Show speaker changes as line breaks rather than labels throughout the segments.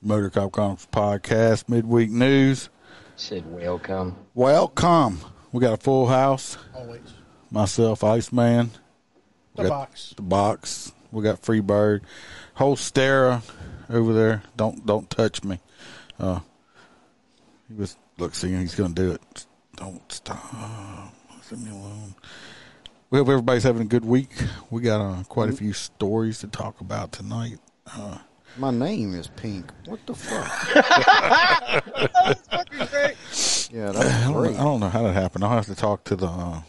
Motor Cop Comics Podcast Midweek News.
Said welcome.
Welcome. We got a full house.
Always.
Myself, Iceman,
The
Got-
box.
the box. We got Freebird, Holstera over there. Don't don't touch me. Uh, he was look, see, he's gonna do it. Don't stop. Leave me alone. We hope everybody's having a good week. We got uh, quite a
Mm-hmm.
few stories to talk about tonight.
My name is Pink. What the fuck? Yeah,
I
that's
don't, know, I
great.
don't know how that happened. I'll have to talk to the uh,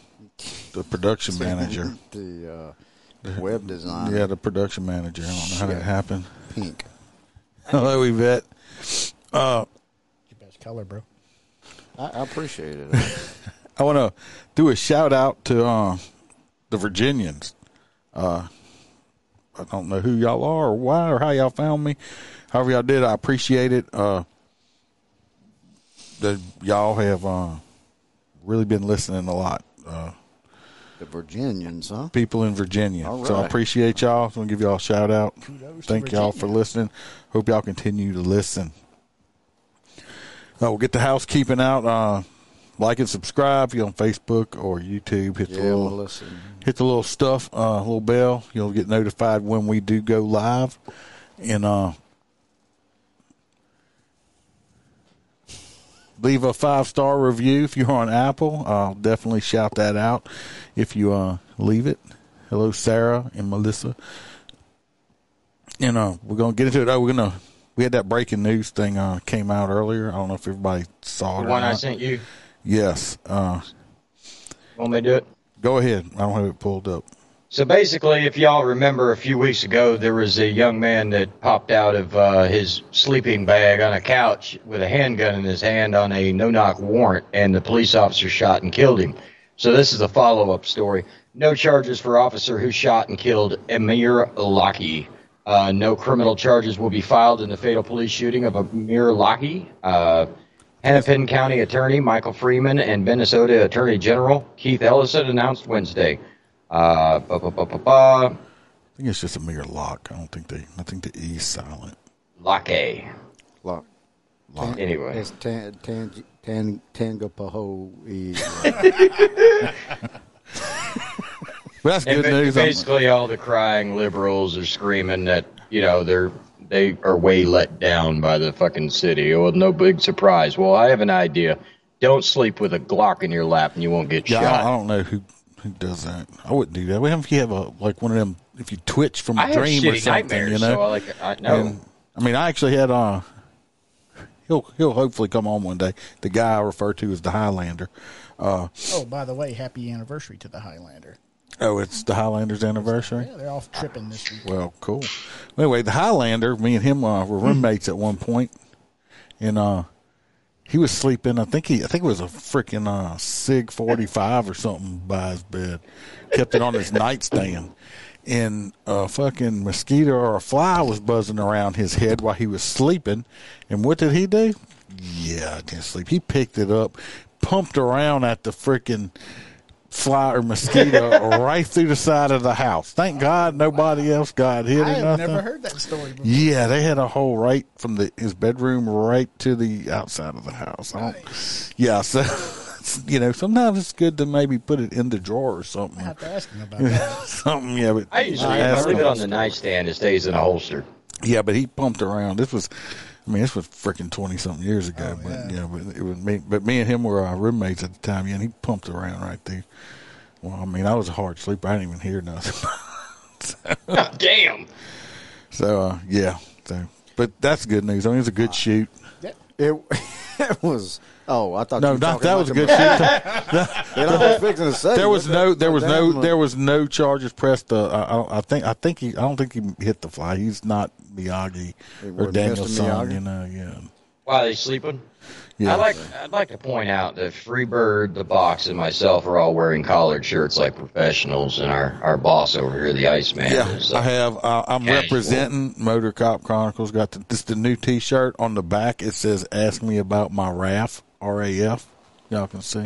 the production manager.
The uh, web design.
Yeah, the production manager. I don't know how that
Shit.
happened.
Pink.
Hello, Yvette.
Your best color, bro.
I, I appreciate it.
I want to do a shout out to uh, the Virginians. Uh, I don't know who y'all are or why or how y'all found me. However y'all did, I appreciate it. Uh, that y'all have uh, really been listening a lot. Uh,
the Virginians, huh?
people in Virginia.
All
So I
right.
appreciate y'all. I'm gonna give y'all a shout out.
Kudos to
Thank y'all for
Virginia.
listening. Hope y'all continue to listen. Uh, we'll get the housekeeping out. Uh, like and subscribe. If you're on Facebook or YouTube, hit the
Yeah,
little
well, listen.
hit the little stuff, uh, little bell. You'll get notified when we do go live. And uh, leave a five star review if you're on Apple. I'll definitely shout that out if you uh, leave it. Hello, Sarah and Melissa. And uh, we're gonna get into it. Oh, we're gonna we had that breaking news thing uh, came out earlier. I don't know if everybody saw it.
The
or
one I
not.
sent you.
Yes. Uh,
Want me to do it?
go ahead. I don't have it pulled up.
So basically, if y'all remember a few weeks ago, there was a young man that popped out of uh, his sleeping bag on a couch with a handgun in his hand on a no knock warrant, and the police officer shot and killed him. So this is a follow up story. No charges for officer who shot and killed Amir Lockie. Uh, no criminal charges will be filed in the fatal police shooting of Amir Lockie. Uh, Hennepin County Attorney Michael Freeman and Minnesota Attorney General Keith Ellison announced Wednesday. Uh, ba, ba, ba, ba, ba,
I think it's just a mere lock. I don't think they. I think the E is silent.
Locke.
Look.
Anyway,
It's tan, tan, tan, Tangapaho. is-
But that's
and
good
ba-
news. I'm-
basically, all the crying liberals are screaming that you know they're they are way let down by the fucking city. Well, no big surprise. Well, I have an idea. Don't sleep with a Glock in your lap, and you won't get
yeah, I don't, I
shot.
don't know who who does that. I wouldn't do that. What if you have a like one of them? If you twitch from a
I have
dream or
shitty
something,
nightmares,
you know.
so I like I know.
And, I mean, I actually had uh He'll he'll hopefully come on one day. The guy I refer to as the Highlander. Uh,
Oh, by the way, happy anniversary to the Highlander.
oh, it's the Highlander's anniversary.
Yeah, they're off tripping this week.
Well, cool. Anyway, the Highlander, me and him uh, were roommates at one point, and uh, he was sleeping. I think he, I think it was a freaking uh, Sig forty five or something by his bed. Kept it on his nightstand, and a fucking mosquito or a fly was buzzing around his head while he was sleeping. And what did he do? Yeah, I didn't sleep. He picked it up, pumped around at the freaking fly or mosquito right through the side of the house. Thank God nobody else got hit
I
or
have
nothing.
never heard that story before.
Yeah, they had a hole right from the his bedroom right to the outside of the house. I don't- Yeah, so you know sometimes it's good to maybe put it in the drawer or something.
I have to ask him about that.
something, yeah. But
I usually I
asked
leave
him.
it on the nightstand. It stays in a holster.
Yeah, but he pumped around. This was, I mean, this was freaking twenty something years ago.
Oh,
but yeah.
yeah.
but it was me. But me and him were uh, roommates at the time. Yeah, and he pumped around right there. Well, I mean, I was a hard sleeper. I didn't even hear nothing.
Damn.
so uh, yeah, so but that's good news. I mean, it's a good shoot.
That-
it, That was. Oh, I thought.
No,
you were
not,
talking
that
about
was
the
a good
movie. That
shit.
I was fixing to say.
There
What
was
the-
no, there
what
was
that
no,
one-
there was no charges pressed. Uh, I, I- I think, I think he, I don't think he hit the fly. He's not Miyagi
It
or
wasn't
Daniel's
Mr.
son,
Miyagi.
you know. Yeah,
While they sleeping?
yeah.
I like. I'd like to point out that Freebird, the box, and myself are all wearing collared shirts like professionals, and our, our boss over here, the Iceman,
Yeah,
is
I
uh,
have. Uh, I'm
Yeah,
representing Motor Cop Chronicles. Got the, this the new T-shirt on the back. It says "Ask me about my RAF." R A F. Y'all can see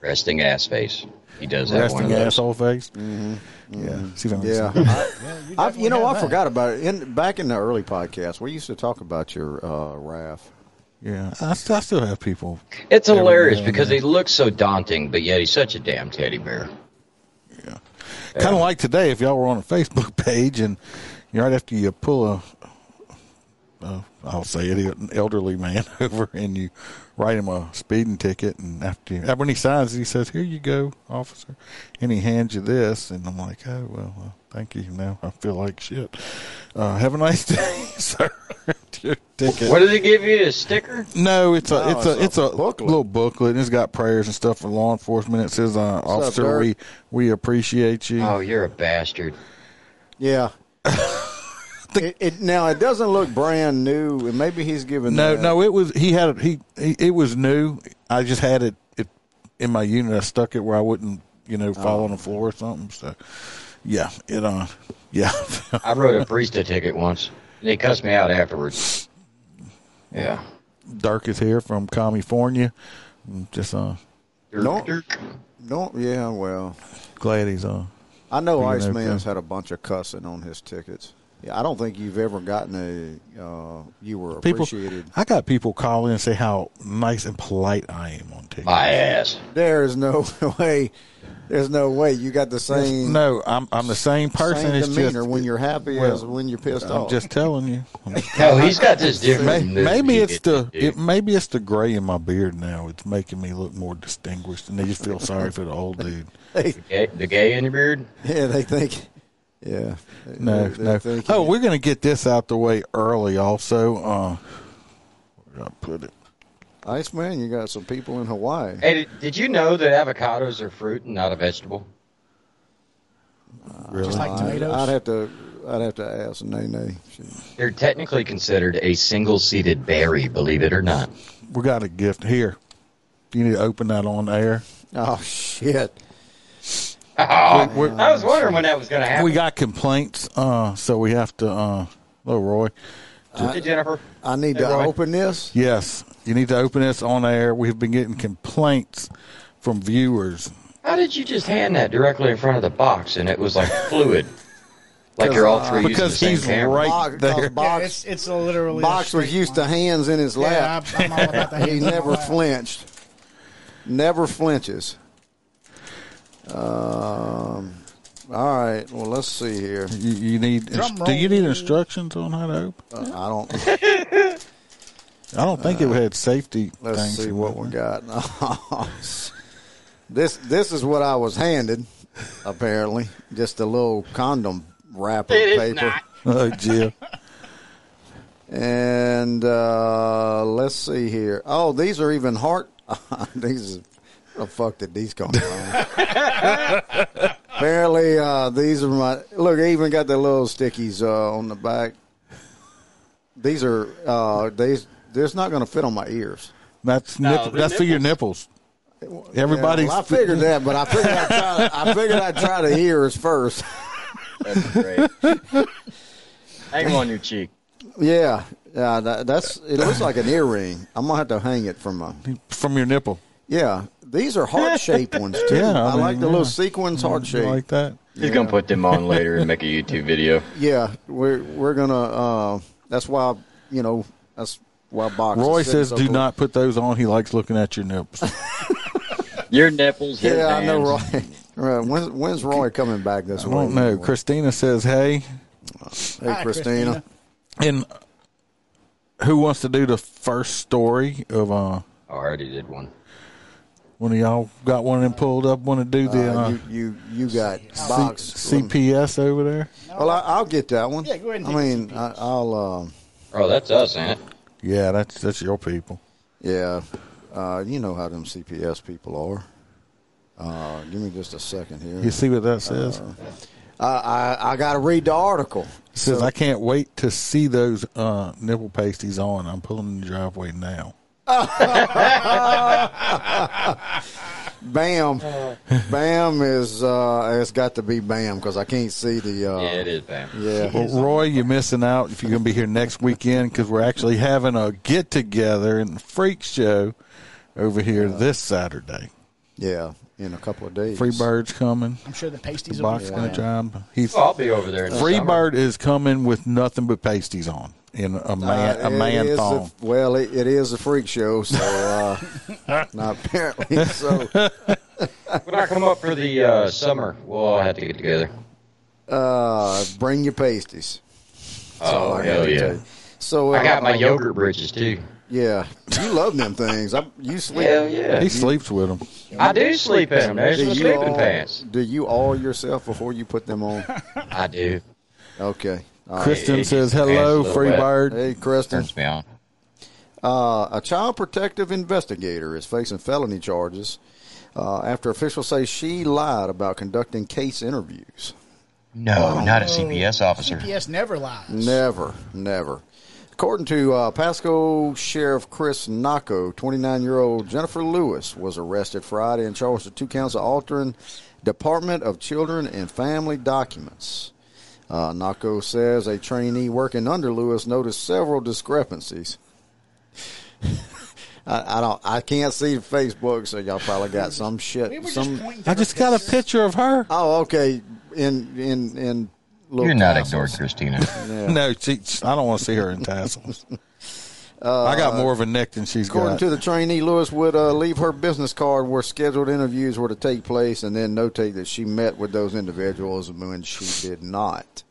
resting ass face. He does have one
resting
of those.
asshole face. Mm-hmm. Yeah, see if I can
Yeah,
see.
I,
you
I, you know,
definitely
I
have that.
forgot about it. In back in the early podcast, we used to talk about your uh, RAF.
yeah. I, st- I still have people.
It's hilarious
Yeah,
because
yeah.
he looks so daunting, but yet he's such a damn teddy bear.
Kind of like today, if y'all were on a Facebook page and you right after you pull a, a I'll say it, an elderly man over and you write him a speeding ticket, and after you, when he signs it, he says, "Here you go, officer," and he hands you this, and I'm like, "Oh well, well thank you." Now I feel like shit. Uh, have a nice day, sir. Your ticket.
What did he give you? A sticker?
No, it's a
No,
it's a it's a,
booklet.
little booklet. It's got prayers and stuff for law enforcement. It says, uh, "Officer,
Dirk?
we we appreciate you."
Oh, you're a bastard.
Yeah. it, it, now it doesn't look brand new, and maybe he's giving
No,
that-
no, it was he had it- he, he it was new. I just had it, it in my unit. I stuck it where I wouldn't, you know,
Oh.
fall on the floor or something. So, yeah, it uh, yeah,
I wrote a Priesta ticket once. They cussed me out afterwards. Yeah.
Dirk is here from California. Just uh,
Dirk,
No.
Dirk.
no. Yeah, well,
glad he's uh,
I know
Bringing it
Iceman's
up.
had a bunch of cussing on his tickets. Yeah, I don't think you've ever gotten a uh, you were
people.
appreciated.
I got people call in and say how nice and polite I am on TikTok.
My ass.
There is no way. There's no way you got the same
No, I'm I'm the same person.
same
it's
demeanor
just
when you're happy
well,
as when you're pissed
I'm
off.
just telling you.
No, he's got this
May-
different.
Maybe,
mood he
it's
gets
the
into.
it, maybe it's the gray in my beard now. It's making me look more distinguished, and they just feel sorry for the old dude.
They-
Gay- the gay in your beard.
yeah, they think. Yeah. They-
No,
they
no.
think-
Oh, we're gonna get this out the way early. Also, uh, where did I put it?
Iceman, you got some people in Hawaii.
Hey, did, did you know that avocados are fruit and not a vegetable?
Really?
Just like
I'd,
tomatoes.
I'd have to, I'd have to ask Nene. She-
They're technically considered a single-seeded berry, believe it or not.
we got a gift here. You need to open that on air.
Oh shit!
Oh,
We're-
I was wondering when that was going to happen.
we got complaints, uh, so we have to. Uh, hello, Roy.
Hey, Jennifer.
I need
Hey,
to
Roy.
open this.
Yes, you need to open this on air. We've been getting complaints from viewers.
How did you just hand that directly in front of the box and it was like fluid? like you're all three using the
Because
same
he's
camera.
Box-
right there.
Yeah,
box,
it's it's a literally. a
box was
straight
used to
line.
hands in his
Yeah,
lap.
I'm, I'm all about the
he
hands on
never
my lap.
flinched. Never flinches. Um. All right. Well, let's see here.
You, you need.
Drum
Do you need
roll.
instructions on how to open?
Uh, I don't.
I don't think it had safety
Let's
things.
see
in
what
it.
we got. this this is what I was handed. Apparently, just a little condom wrapper
It is
paper.
not.
Oh, Jill.
And uh, let's see here. Oh, these are even heart. these is, where the fuck did these come from? Apparently, uh, these are my look. I even got the little stickies uh, on the back. These are uh, these. They're not going to fit on my ears.
That's
No,
nipple,
the
that's for your nipples. Everybody's
Yeah, well, I figured that, but I figured I try. I figured I'd try the ears first.
That's great. Hang on your cheek.
Yeah, yeah. That, that's. It looks like an earring. I'm gonna have to hang it from my.
from your nipple.
Yeah, these are heart shaped ones too.
Yeah, I
I, like
mean,
the little
yeah.
sequins heart
You
shape.
like that?
He's gonna put them on later and make a YouTube video.
yeah, we're we're gonna. Uh, that's why you know that's why box.
Roy
is sitting
says,
so
"Do
close."
not put those on." He likes looking at your nipples.
Your nipples.
Yeah, I know Roy. Right, When's, when's Roy coming back this
I
week?
don't know. Christina says, "Hey,"
Hey,
Hi,
Christina.
Christina.
and who wants to do the first story of uh?
I already did one.
One of y'all got one of them pulled up. Want to do the
Uh,
uh,
you, you you got
C-
box
CPS over there?
Well, I, I'll get that one.
Yeah, go ahead and
I
take
mean, I, I'll. Um,
Oh, that's us, ain't it?
Yeah, that's that's your people.
Yeah, uh, you know how them CPS people are. Uh, give me just a second here.
You see what that
Uh,
says?
I, I, I got to read the article.
It says, I can't wait to see those uh, nipple pasties on. I'm pulling in the driveway now.
Bam,
Uh,
bam is uh, it's got to be bam because I can't see the. Uh,
Yeah, it is bam.
yeah.
Well, Roy, you're missing out if you're going to be here next weekend because we're actually having a get together and freak show over here this Saturday.
Yeah, in a couple of days.
Freebird's coming.
I'm sure the pasties
The
will be
box going
fine.
to drive. He's
Well, I'll be over there. In the Oh, summer.
Freebird is coming with nothing but pasties on in a man
Uh,
a
it
man
is
thong.
a- well, it, it is a freak show, so uh, not apparently. So uh,
When I come up for the uh, summer, we'll all have to get together.
uh, bring your pasties.
Oh,
I
hell
gotta
yeah.
tell you. So uh,
I got my yogurt bridges, too.
Yeah, you love them things. I, you sleep.
Hell yeah.
He sleeps with them.
I do sleep in them. There's my sleeping
all,
pants.
Do you all yourself before you put them on?
I do.
Okay. All right.
Kristen
it-
says,
it-
hello,
it's a little
Freebird.
Hey, Kristen.
Turns me on.
Uh, a child protective investigator is facing felony charges uh, after officials say she lied about conducting case interviews.
No, not a CPS officer.
CPS never lies.
Never, never. According to uh, Pasco Sheriff Chris Naco, 29 year old Jennifer Lewis was arrested Friday and charged with two counts of altering Department of Children and Family documents. Uh, Naco says a trainee working under Lewis noticed several discrepancies. I, I don't. I can't see Facebook, so y'all probably got some shit.
We were
some.
just pointing to
I
her
just got a
pictures.
picture of her.
oh, okay. In in in. little
You're not
tassels.
ignored, Christina.
No, she, she- I don't want to see her in tassels. I got more of a neck than she's
According
got.
to the trainee, Lewis would uh, leave her business card where scheduled interviews were to take place and then notate that she met with those individuals when she did not.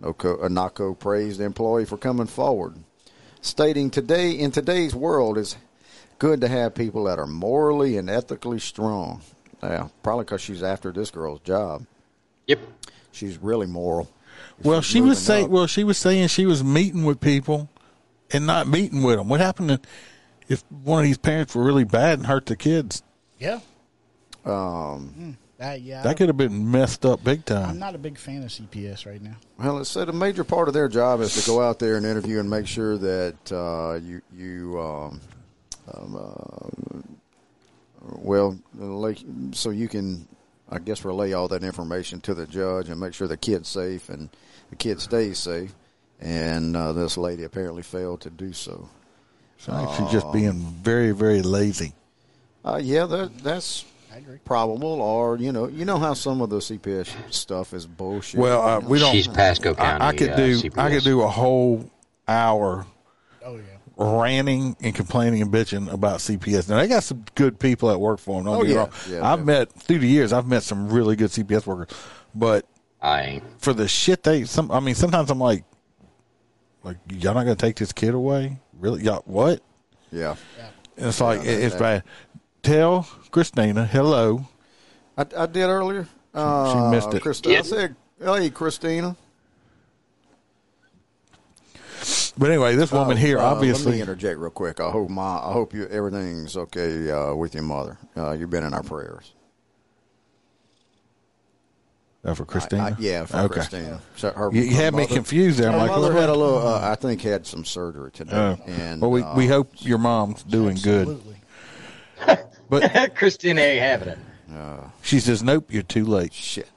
Noko, uh, Nako praised the employee for coming forward, stating, "Today in today's world, it's good to have people that are morally and ethically strong." Yeah, probably because she's after this girl's job.
Yep.
She's really moral.
well, she was
moving
saying.
up.
Well, she was saying she was meeting with people and not meeting with them. What happened to, if one of these parents were really bad and hurt the kids?
Yeah. Um.
Um,
yeah. I
That could have been messed up big
I'm
time.
not a big fan of CPS right now.
Well, it said a major part of their job is to go out there and interview and make sure that uh, you you um, um, uh, well, like, so you can, I guess, relay all that information to the judge and make sure the kid's safe and the kid stays safe. And uh, this lady apparently failed to do so.
Sounds like she's just being very, very lazy.
Uh, yeah, that that's
I agree.
probable. Or you know, you know how some of the CPS stuff is bullshit.
Well, uh, we don't.
She's Pasco County.
I, I could
uh,
do.
CPS.
I could do a whole hour
Oh yeah.
ranting and complaining and bitching about CPS. Now they got some good people that work for them. Don't
Oh,
get me
yeah.
wrong.
Yeah,
I've
yeah.
met through the years. I've met some really good CPS workers, but
I ain't.
for the shit they some. I mean, sometimes I'm like, like y'all not gonna take this kid away? Really? Y'all what?
yeah.
And it's like it- it's
that-
bad. Tell Christina hello.
I, I did earlier. Uh,
missed it.
Christi- I said, hey, Christina.
But anyway, this woman
Oh,
here
uh, Let me
obviously.
interject real quick. I hope my, I hope you everything's okay uh, with your mother. Uh, you've been in our prayers.
Oh, for
I-
Christina.
Uh, yeah, for
okay.
Christina. So her,
You, you
her
had me
mother-
confused there.
Her
I'm like,
mother
what?
had a little. Uh, I think had some surgery today.
Oh.
and
well, we, we
uh,
hope your mom's doing good.
Absolutely.
But
Christina ain't having it.
she says, nope, you're too late.
shit.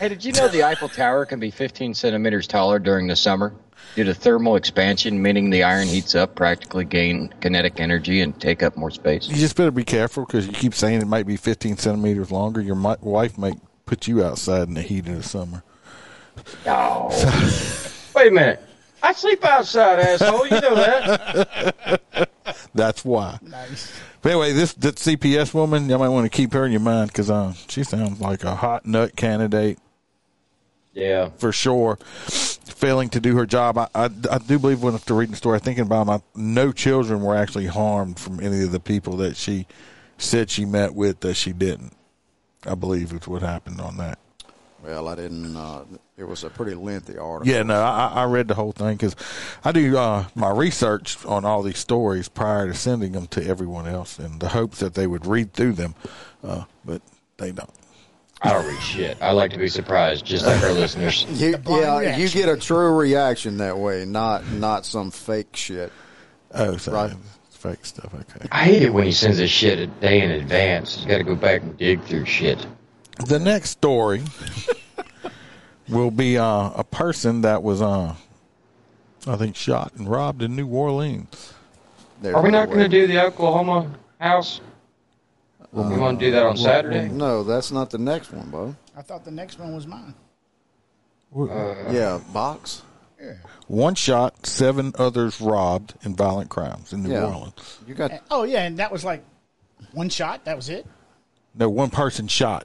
Hey, did you know the Eiffel Tower can be 15 centimeters taller during the summer? Due to thermal expansion, meaning the iron heats up, practically gain kinetic energy, and take up more space.
You just better be careful because you keep saying it might be 15 centimeters longer. Your mi- wife might put you outside in the heat of the summer.
No. Wait a minute. I sleep outside, asshole. You know that.
That's why.
Nice.
But anyway, this, this CPS woman, you might want to keep her in your mind because uh, she sounds like a hot nut candidate
Yeah.
for sure. Failing to do her job, I, I, I do believe when after reading the story, thinking about my no children were actually harmed from any of the people that she said she met with that she didn't. I believe is what happened on that.
Well, I didn't. Uh, it was a pretty lengthy article.
Yeah, no, I, I- I read the whole thing because I do uh, my research on all these stories prior to sending them to everyone else in the hopes that they would read through them, uh, but they don't.
I don't read shit. I like to be surprised, just like our listeners.
You,
The blind
yeah, you
reaction.
get a true reaction that way, not not some fake shit.
Oh, so
Right.
it's fake stuff. Okay.
I hate it when he sends us shit a day in advance. You got to go back and dig through shit.
The next story will be uh, a person that was, uh, I think, shot and robbed in New Orleans.
There's
Are we
no
not going to
way.
do the Oklahoma house? we want to do that on Saturday?
No, that's not the next one, Bo.
I thought the next one was mine.
Uh,
Yeah, box.
Yeah.
One shot, seven others robbed in violent crimes in New
Yeah.
Orleans.
You got
Oh yeah, and that was like one shot. That was it.
No, one person shot.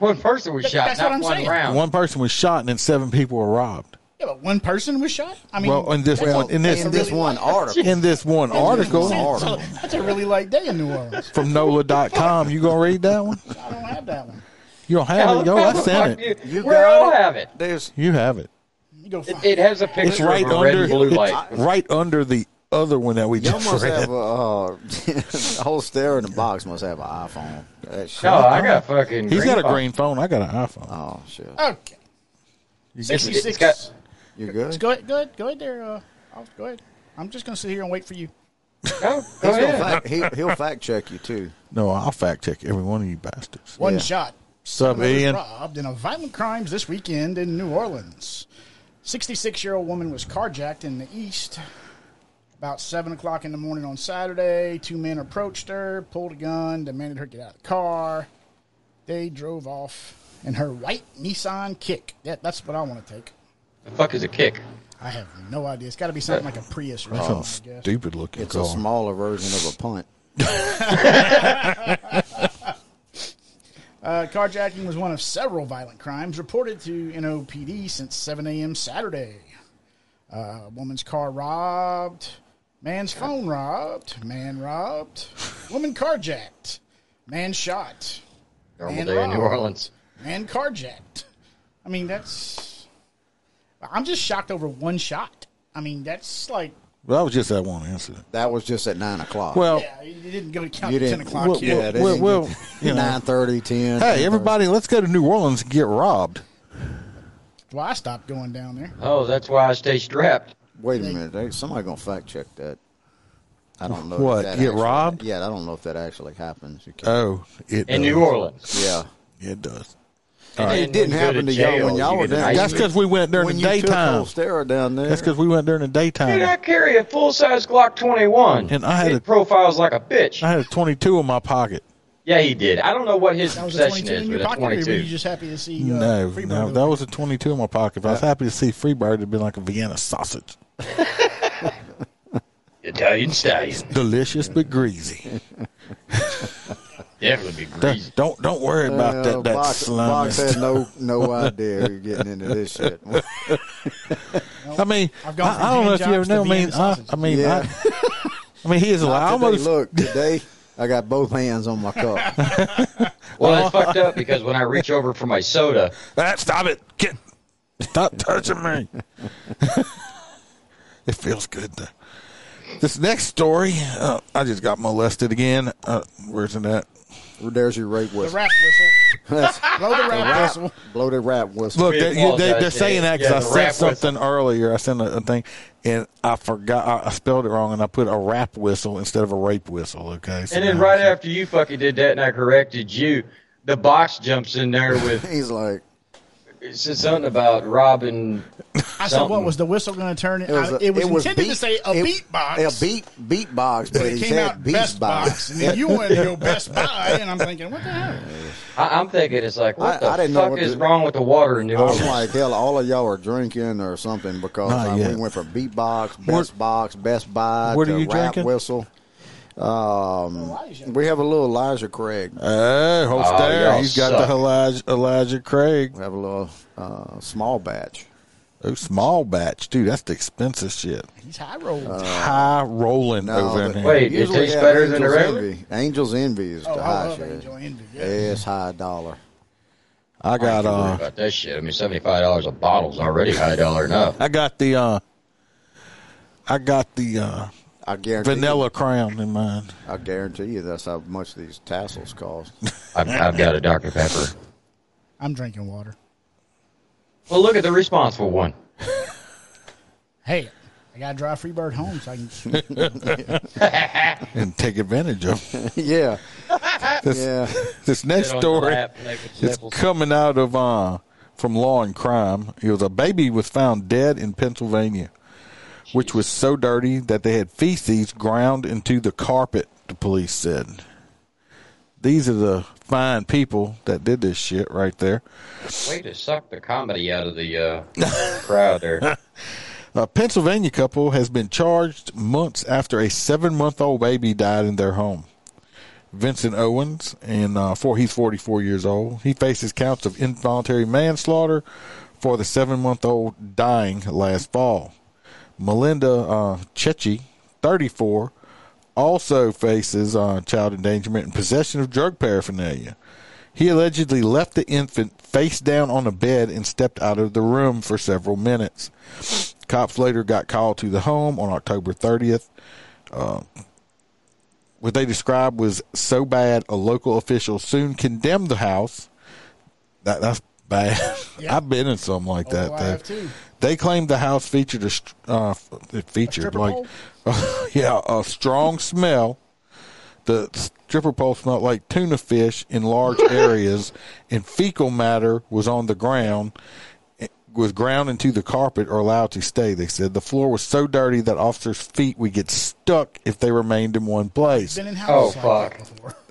One person was
Th-
shot,
that's
not
what I'm
one
saying.
round.
one person was shot and then seven people were robbed.
Yeah, but one person was shot. I mean,
Well, in this
that's a-
one- in this-
that's a
in this
really
one
light-
article.
In this one
that's a-
article
article.
That's a really light day in New Orleans.
from NOLA.com, you gonna read that one?
I don't have that one.
You don't have it? Yo, I sent it.
You
we
got
all
it?
have it.
There's
You have it.
You go
It,
find.
it has a
It's
picture
right
of a red
under.
and blue
It's
light.
right under the other one that we
you
just
almost
read.
have a uh, the whole stare in the box must have an iPhone. That shit.
No, I got fucking.
He's got a
phone.
green phone. I got an iPhone.
Oh shit.
Okay.
It's- it's
66.
got-
You good?
Just go ahead, go ahead, go ahead there. Uh, I'll, go ahead. I'm just gonna sit here and wait for you.
No, go
He's gonna
ahead.
fact, he, he'll fact check you too.
No, I'll fact check every one of you bastards.
One
Yeah.
shot.
Sub
Someone was
Ian.
Robbed in a violent crimes this weekend in New Orleans. 66 year old woman was carjacked in the east about 7 o'clock in the morning on Saturday. Two men approached her, pulled a gun, demanded her get out of the car. They drove off in her white Nissan Kick. That, that's what I want to take.
The fuck is a kick?
I have no idea. It's got to be something like a Prius or
Some
something, I guess.
stupid looking
It's
car.
a smaller version of a punt.
Uh, carjacking was one of several violent crimes reported to NOPD since 7 a.m. Saturday. Uh, woman's car robbed, man's phone robbed, man robbed, woman carjacked, man shot,
Normal
And
day in New
wrong.
Orleans.
man carjacked. I mean, that's. I'm just shocked over one shot. I mean, that's like.
Well, that was just that one incident.
That was just at nine o'clock.
Well,
Yeah, you didn't go to count
You
to 10
didn't-
o'clock
well,
yet.
yeah,
well,
well,
well, you know.
nine thirty, ten.
hey, everybody, let's go to New Orleans and get robbed.
Well, I stopped going down there.
Oh, that's why I stay strapped.
Wait a minute. Hey, Somebody gonna fact check that. I don't know. if
What,
that
get
actually-
robbed?
Yeah, I don't know if that actually happens. You can't.
Oh, it
In
does.
New Orleans.
yeah.
It does.
And
It didn't
then when you go
happen to y'all
jail,
when y'all
you
were
get an
down.
ice
That's
cream.
because we went during
when
the
you took
daytime.
old Sarah down there,
That's because we went during the daytime.
Dude, I carry a full size Glock 21.
And I had
it
a-
profiles like a bitch.
I had a 22 in my pocket.
yeah, he did. I don't know what his
That was a
obsession
22
is
in your
with a
pocket, or were
22.
you just happy to see uh,
no,
Freebird
no,
over
that was a 22 in my pocket. If I was happy to see Freebird, it'd been like a Vienna sausage.
Italian stallion.
Delicious but greasy.
Definitely be greasy.
Don't don't, don't worry about
Uh,
that. That
Box,
slimy
Box
stuff.
had no no idea you're getting into this shit.
I mean, I,
I've gone from
I don't know if you ever know. I
hand jobs to
mean, I,
Vienna sausages.
I mean,
Yeah.
I, I mean, he is. a- I
Today,
almost
look today. I got both hands on my cup.
Well,
Oh.
it's fucked up because when I reach over for my soda,
Ah, stop it. Get stop touching me. it feels good though. This next story, uh, I just got molested again. Uh, where's it at?
There's your rape
The
whistle.
rap whistle.
That's-
Blow the rap whistle.
Blow the rap whistle.
Look,
Big
they, you, they,
apologize,
they're saying that because
yeah,
I
the
sent
rap
something earlier. I sent a, a thing, and I forgot. I, I spelled it wrong, and I put a rap whistle instead of a rape whistle. Okay, so
and then
now-
right after you fucking did that and I corrected you, the box jumps in there with
He's like,
it says something about robbing.
I said, what was the whistle going to turn? It, I-
a-
it was,
was
intended
beat-
to say a
it-
beatbox.
A beat beatbox, but
But it
he
came
said
out Best Box.
beatbox.
And then you wanted to go Best Buy, and I'm thinking, what the hell?
I, I'm thinking it's like what
I-
the
I didn't know
fuck
what
is
to-
wrong with the water in
Oh,
New Orleans?
I'm like, hell, all of y'all are drinking or something because
Not
I, we
yet.
went from beatbox,
What-
best box, best buy
What
to
are you
rap
drinking?
whistle. Um,
Elijah.
we have a little Elijah Craig.
Hey, hold
Oh,
there.
y'all
He's got
suck.
the Elijah, Elijah Craig.
We have a little uh, small batch.
Oh, small batch, dude. That's the expensive shit.
He's high rolled.
Uh, High rolling over
the-
there.
Wait, it
usually
tastes
have
better than the
Angel's
regular?
Envy. Angel's Envy is
oh,
the
I
high
love
shit.
Angel Envy.
Yeah,
Yeah.
It's high dollar.
I got
Don't worry
uh,
about that shit. I mean, seventy-five dollars a bottle's already high dollar enough.
I got the uh, I got the uh,
I guarantee.
vanilla crown in mine.
I guarantee you that's how much these tassels cost.
I've, I've got a Dr Pepper.
I'm drinking water.
Well, look at the responsible one.
Hey, I got to drive Freebird home so I can.
and take advantage of.
yeah,
This,
yeah.
this next
Sit on your
story
lap, naked
is
nipples.
coming out of uh, from Law and Crime. It was a baby was found dead in Pennsylvania, which was so dirty that they had feces ground into the carpet. The police said, "These are the fine people that did this shit right there."
Way to suck the comedy out of the uh, crowd there.
A Pennsylvania couple has been charged months after a seven month old baby died in their home. Vincent Owens, and uh, for he's 44 years old, he faces counts of involuntary manslaughter for the seven month old dying last fall. Melinda uh, Chechi, 34, also faces uh, child endangerment and possession of drug paraphernalia. He allegedly left the infant face down on a bed and stepped out of the room for several minutes. Cops later got called to the home on October 30th. Uh, what they described was so bad, a local official soon condemned the house. That, that's bad.
Yeah.
I've been in something like
Oh,
that.
I
though.
have too.
They claimed the house featured a str- uh, f- it featured
stripper
like
pole?
yeah a strong smell. The stripper pole smelled like tuna fish in large areas, and fecal matter was on the ground, It was ground into the carpet or allowed to stay. They said the floor was so dirty that officers' feet would get stuck if they remained in one place.
Been in houses
Oh,
like that
fuck.
before.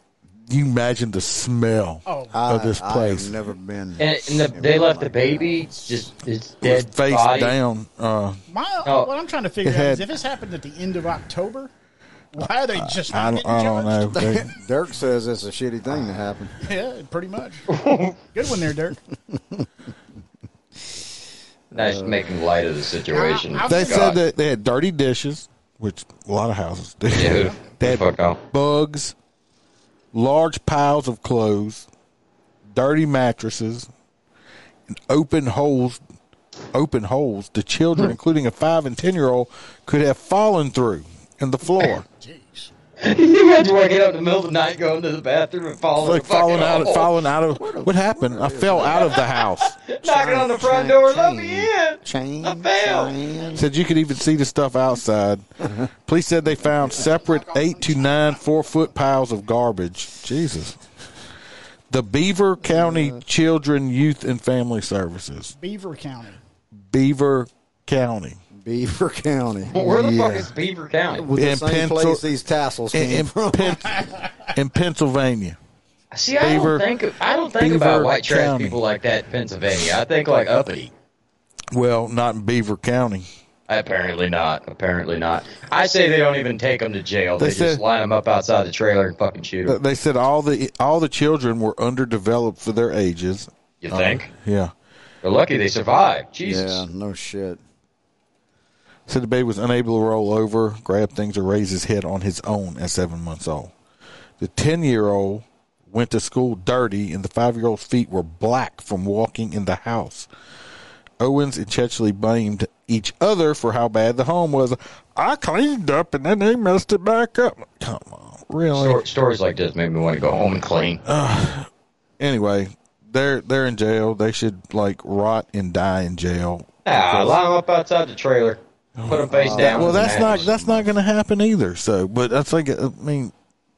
You imagine the smell
Oh.
of this
I- I
place,
have never been.
And, and the, they left the baby just his dead
face
body.
down. Uh,
My,
Oh.
What I'm trying to figure
It
out is
had-
if this happened at the end of October, why are they just not
I don't,
getting
I don't know.
charged?
They-
Dirk says it's a shitty thing that happened.
Yeah, pretty much. Good one there, Dirk.
Nice making light of the situation.
I- I-
They
God.
said that they had dirty dishes, which a lot of houses do.
Yeah,
they
fuck
had
off.
bugs, large piles of clothes, dirty mattresses, and open holes. Open holes the children, including a five and ten year old, could have fallen through in the floor.
Jeez.
you had to wake up in the middle of the night, going to the bathroom, and falling.
like falling out,
Oh.
falling out of what happened? I fell out of the house.
knocking on the front door. Let me in.
Chain,
I failed.
chain.
Said you could even see the stuff outside. Police said they found separate eight to nine four foot piles of garbage. Jesus. The Beaver County Children, Youth, and Family Services.
Beaver County.
Beaver County.
Beaver County.
Where the fuck
Yeah.
is Beaver County?
Was the
In
same
Pencil-
place these tassels
In,
came
in
from.
Pen- in Pennsylvania.
See, I
Beaver-
don't think I don't think
Beaver
about white trash
County.
people like that in Pennsylvania. I think like uppity.
Well, not in Beaver County.
Apparently not. Apparently not. I say they don't even take them to jail. They,
They
just
said-
line them up outside the trailer and fucking shoot
But
them.
They said all the all the children were underdeveloped for their ages. Uh,
You think?
Yeah.
They're lucky they survived. Jesus.
yeah, no shit.
Said the baby was unable to roll over, grab things, or raise his head on his own at seven months old. The 10 year old went to school dirty, and the five year old's feet were black from walking in the house. Owens and Chechley blamed each other for how bad the home was. I cleaned up and then they messed it back up. Come on, really?
Stor- stories like this make me want to go home and clean.
Uh, Anyway, they're they're in jail. They should like rot and die in jail.
nah, line them up outside the trailer. Put them face down.
Oh, Well,
with
that's
an
not
axe.
that's not going to happen either. So, but I think I mean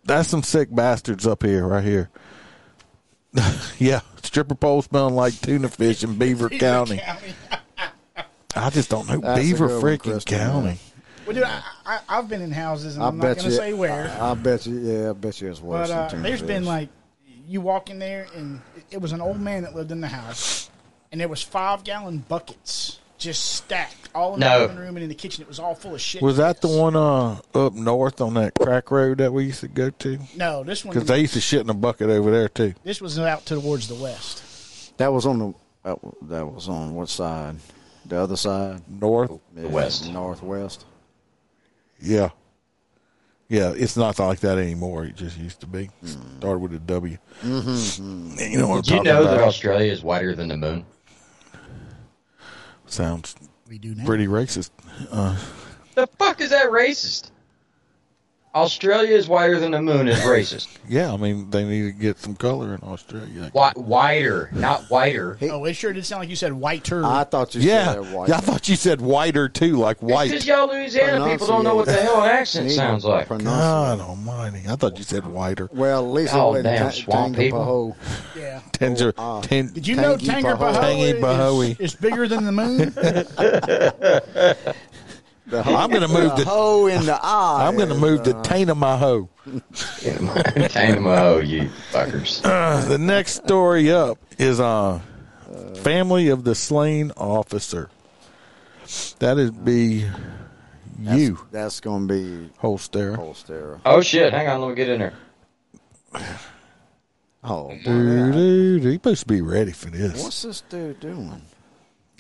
that's some sick bastards up here, right here. yeah, stripper pole smelling like tuna fish in Beaver County. I just don't know
That's a
Beaver
good one,
freaking
Kristen,
County.
Well, dude, I, I, I've been in houses, and
I
I'm not
bet
going to
you.
say where.
I, I bet you. Yeah, I bet you it's worse.
But uh,
than tuna
there's been
fish.
like, you walk in there, and it- it was an old man that lived in the house, and there was five gallon buckets just stacked all in
No.
the living room and in the kitchen. It was all full of shit.
Was that the
Yes.
one uh, up north on that crack road that we used to go to?
No, this one.
Because they used to shit in a bucket over there too.
This was out towards the west.
that was on the that, w- that was on what side? The other side,
North,
Yeah,
west.
northwest.
yeah. Yeah, it's not like that anymore. It just used to be. Started with a W.
Mm-hmm.
You know what I'm
Did you
talking
know
about?
that Australia is whiter than the moon?
Sounds
We do now.
pretty racist.
The fuck is that racist? Australia is whiter than the moon is racist.
Yeah, I mean they need to get some color in Australia.
Why, wider, not whiter.
Oh, it sure did sound like you said white turd.
I thought you
Yeah,
said that white.
yeah. I thought you said whiter too, like
Because
white.
y'all Louisiana people don't know what the hell an accent
Pronunciate.
sounds like.
Pronunciate.
God Almighty! I thought you said whiter.
Well, at least
Oh,
it
damn,
wasn't ta-
swamp people.
Tangapaho.
yeah.
Tanger,
uh,
ten,
Did you know
Tangy
Tanger
Bahoe.
Tangy
Bahoe
Bahoe.
is, is bigger than the moon?
The ho-
I'm going to move
the
the.
hoe in the eye.
I'm going to move the taint of my hoe.
Tangamo, Oh, you fuckers.
The next story up is uh, family of the slain officer. That'd be you,
That's going to be
Holster.
Holstera.
Oh shit, hang on, let me get in there.
Oh, boy.
Dude, you supposed to be ready for this.
what's this dude doing?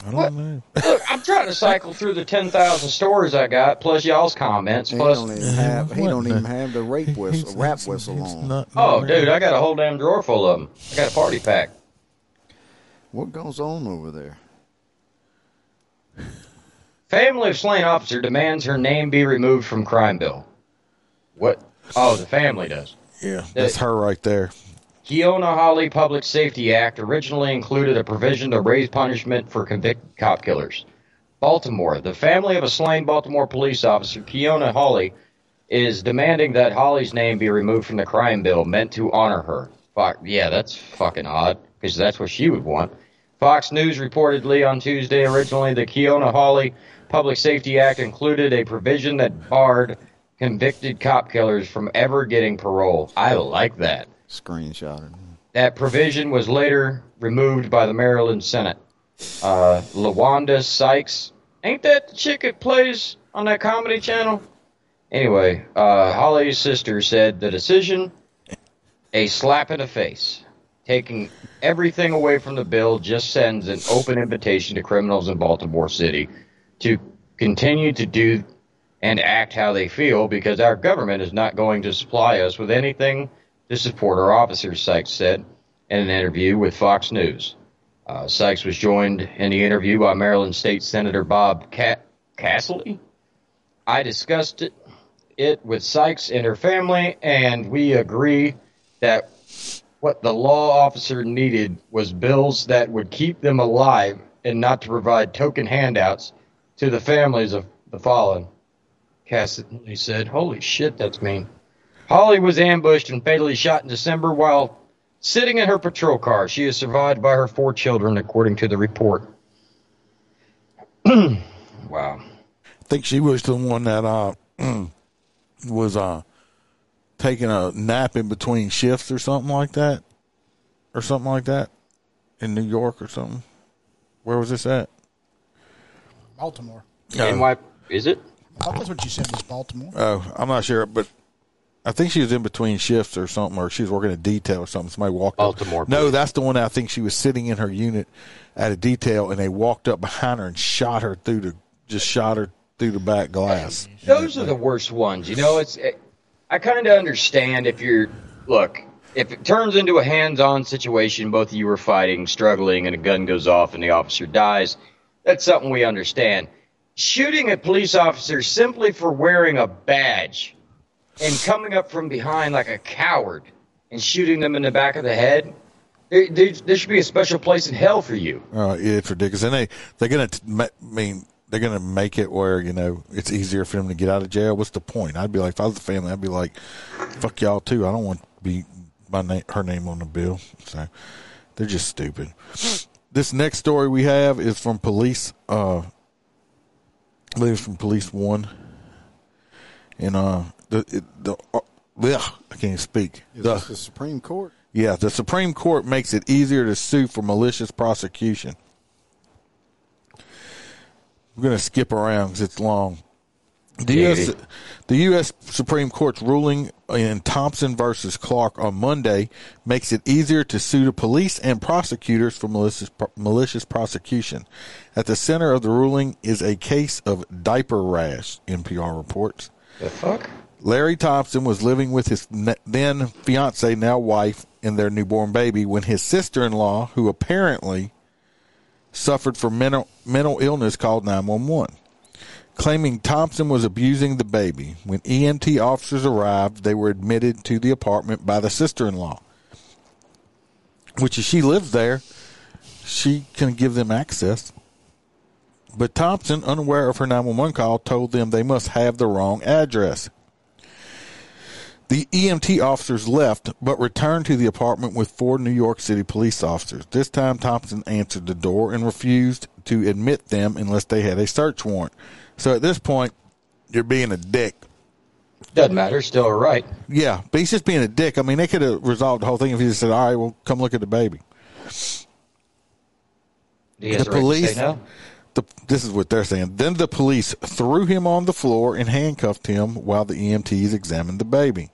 I don't know.
Look, I'm trying to cycle through the 10,000 stories I got, plus y'all's comments,
He
plus...
don't even have. He
what
don't
the-
even have the rape whistle,
He's-
rap
he's-
whistle
he's
on.
not-
Oh, dude, I got a whole damn drawer full of them. I got a party pack.
What goes on over there?
Family of slain officer demands her name be removed from crime bill. What? Oh, the family does.
Yeah, that's her right there.
Keona Holly Public Safety Act originally included a provision to raise punishment for convicted cop killers. Baltimore. The family of a slain Baltimore police officer, Keona Holly, is demanding that Holly's name be removed from the crime bill meant to honor her. Fuck, yeah, that's fucking odd, because that's what she would want. Fox News reportedly on Tuesday, originally, the Keona Holly Public Safety Act included a provision that barred convicted cop killers from ever getting parole. I like that.
Screenshotted.
That provision was later removed by the Maryland Senate. Uh, Lawanda Sykes, ain't that the chick that plays on that comedy channel? Anyway, uh, Holly's sister said the decision, a slap in the face. Taking everything away from the bill just sends an open invitation to criminals in Baltimore City to continue to do and act how they feel because our government is not going to supply us with anything to support our officers, Sykes said in an interview with Fox News. Uh, Sykes was joined in the interview by Maryland State Senator Bob Ca- Castley. I discussed it, it with Sykes and her family, and we agree that what the law officer needed was bills that would keep them alive and not to provide token handouts to the families of the fallen. Castley said, Holy shit, that's mean. Holly was ambushed and fatally shot in December while sitting in her patrol car. She is survived by her four children, according to the report. wow.
I think she was the one that uh was uh taking a nap in between shifts or something like that, or something like that, in New York or something. Where was this at?
Baltimore.
And why is it?
I thought that's what you said was Baltimore.
Oh, I'm not sure, but I think she was in between shifts or something, or she was working a detail or something. Somebody walked
Baltimore,
Up. No, that's the one I think she was sitting in her unit at a detail, and they walked up behind her and shot her through the just shot her through the back glass.
Those are the worst ones. You know, it's. It, I kind of understand if you're. Look, if it turns into a hands on situation, both of you are fighting, struggling, and a gun goes off and the officer dies, that's something we understand. Shooting a police officer simply for wearing a badge and coming up from behind like a coward and shooting them in the back of the head, there, there, there should be a special place in hell for you.
Uh, it's ridiculous, and they they're gonna t- ma- mean they're gonna make it where you know it's easier for them to get out of jail. What's the point? I'd be like, if I was the family, I'd be like, fuck y'all too. I don't want to be my name her name on the bill. So they're just stupid. This next story we have is from police. Uh, I believe it's from Police One, and uh, the it, the uh, blech, I can't even speak.
Is
The-
this the Supreme Court?
yeah, the Supreme Court makes it easier to sue for malicious prosecution. We're going to skip around because it's long. The U.S. the U.S. Supreme Court's ruling in Thompson versus Clark on Monday makes it easier to sue the police and prosecutors for malicious, malicious prosecution. At the center of the ruling is a case of diaper rash, NPR reports.
The fuck?
Larry Thompson was living with his ne- then fiance, now wife, and their newborn baby when his sister in law, who apparently suffered from mental, mental illness, called 911, claiming Thompson was abusing the baby. When EMT officers arrived, they were admitted to the apartment by the sister in law, which is she lives there. She can give them access. But Thompson, unaware of her 911 call, told them they must have the wrong address. The EMT officers left, but returned to the apartment with four New York City police officers. This time, Thompson answered the door and refused to admit them unless they had a search warrant. So at this point, you're being a dick.
Doesn't matter. Still a right.
Yeah, but he's just being a dick. I mean, they could have resolved the whole thing if he just said, "All right, well, come look at the baby."
He has
the
a right to
police.
say no.
The, this is what they're saying. Then the police threw him on the floor and handcuffed him while the EMTs examined the baby.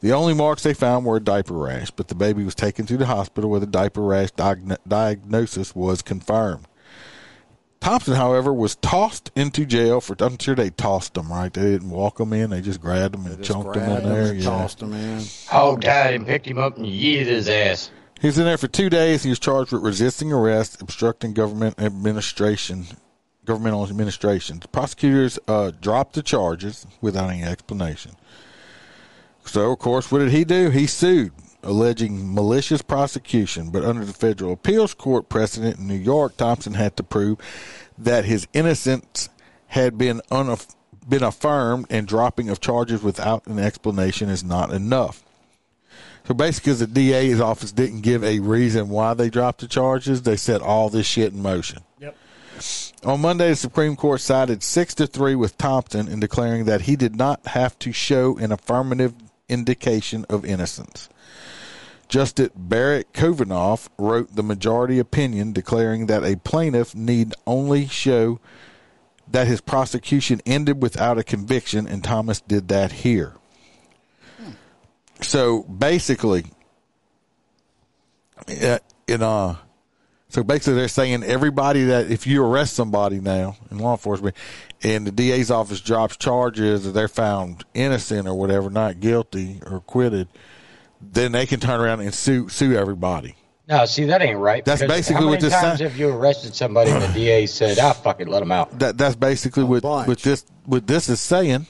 The only marks they found were a diaper rash, but the baby was taken to the hospital where the diaper rash diagn- diagnosis was confirmed. Thompson, however, was tossed into jail for. I'm sure they tossed him, right? They didn't walk him in. They just grabbed him and
Just
chunked him
grabbed
in there.
and
yeah.
tossed him in.
Hog tied him, picked him up, and yeeted his ass.
He was in there for two days. He was charged with resisting arrest, obstructing government administration, governmental administration. The prosecutors uh, dropped the charges without any explanation. So, of course, what did he do? He sued, alleging malicious prosecution. But under the federal appeals court precedent in New York, Thompson had to prove that his innocence had been unaff- been affirmed, and dropping of charges without an explanation is not enough. So basically, 'cause the DA's office didn't give a reason why they dropped the charges, they set all this shit in motion.
Yep.
On Monday, the Supreme Court sided six to three with Thompson in declaring that he did not have to show an affirmative indication of innocence. Justice Barrett Kovanov wrote the majority opinion declaring that a plaintiff need only show that his prosecution ended without a conviction, and Thomas did that here. So basically, uh, in uh, so basically they're saying everybody that if you arrest somebody now in law enforcement, and the DA's office drops charges or they're found innocent or whatever, not guilty or acquitted, then they can turn around and sue sue everybody.
No, see that ain't right.
That's
because
basically
how many
what this
times
sa-
have you arrested somebody and the DA said, "I fucking let him out."
That that's basically what
bunch.
what this what this is saying.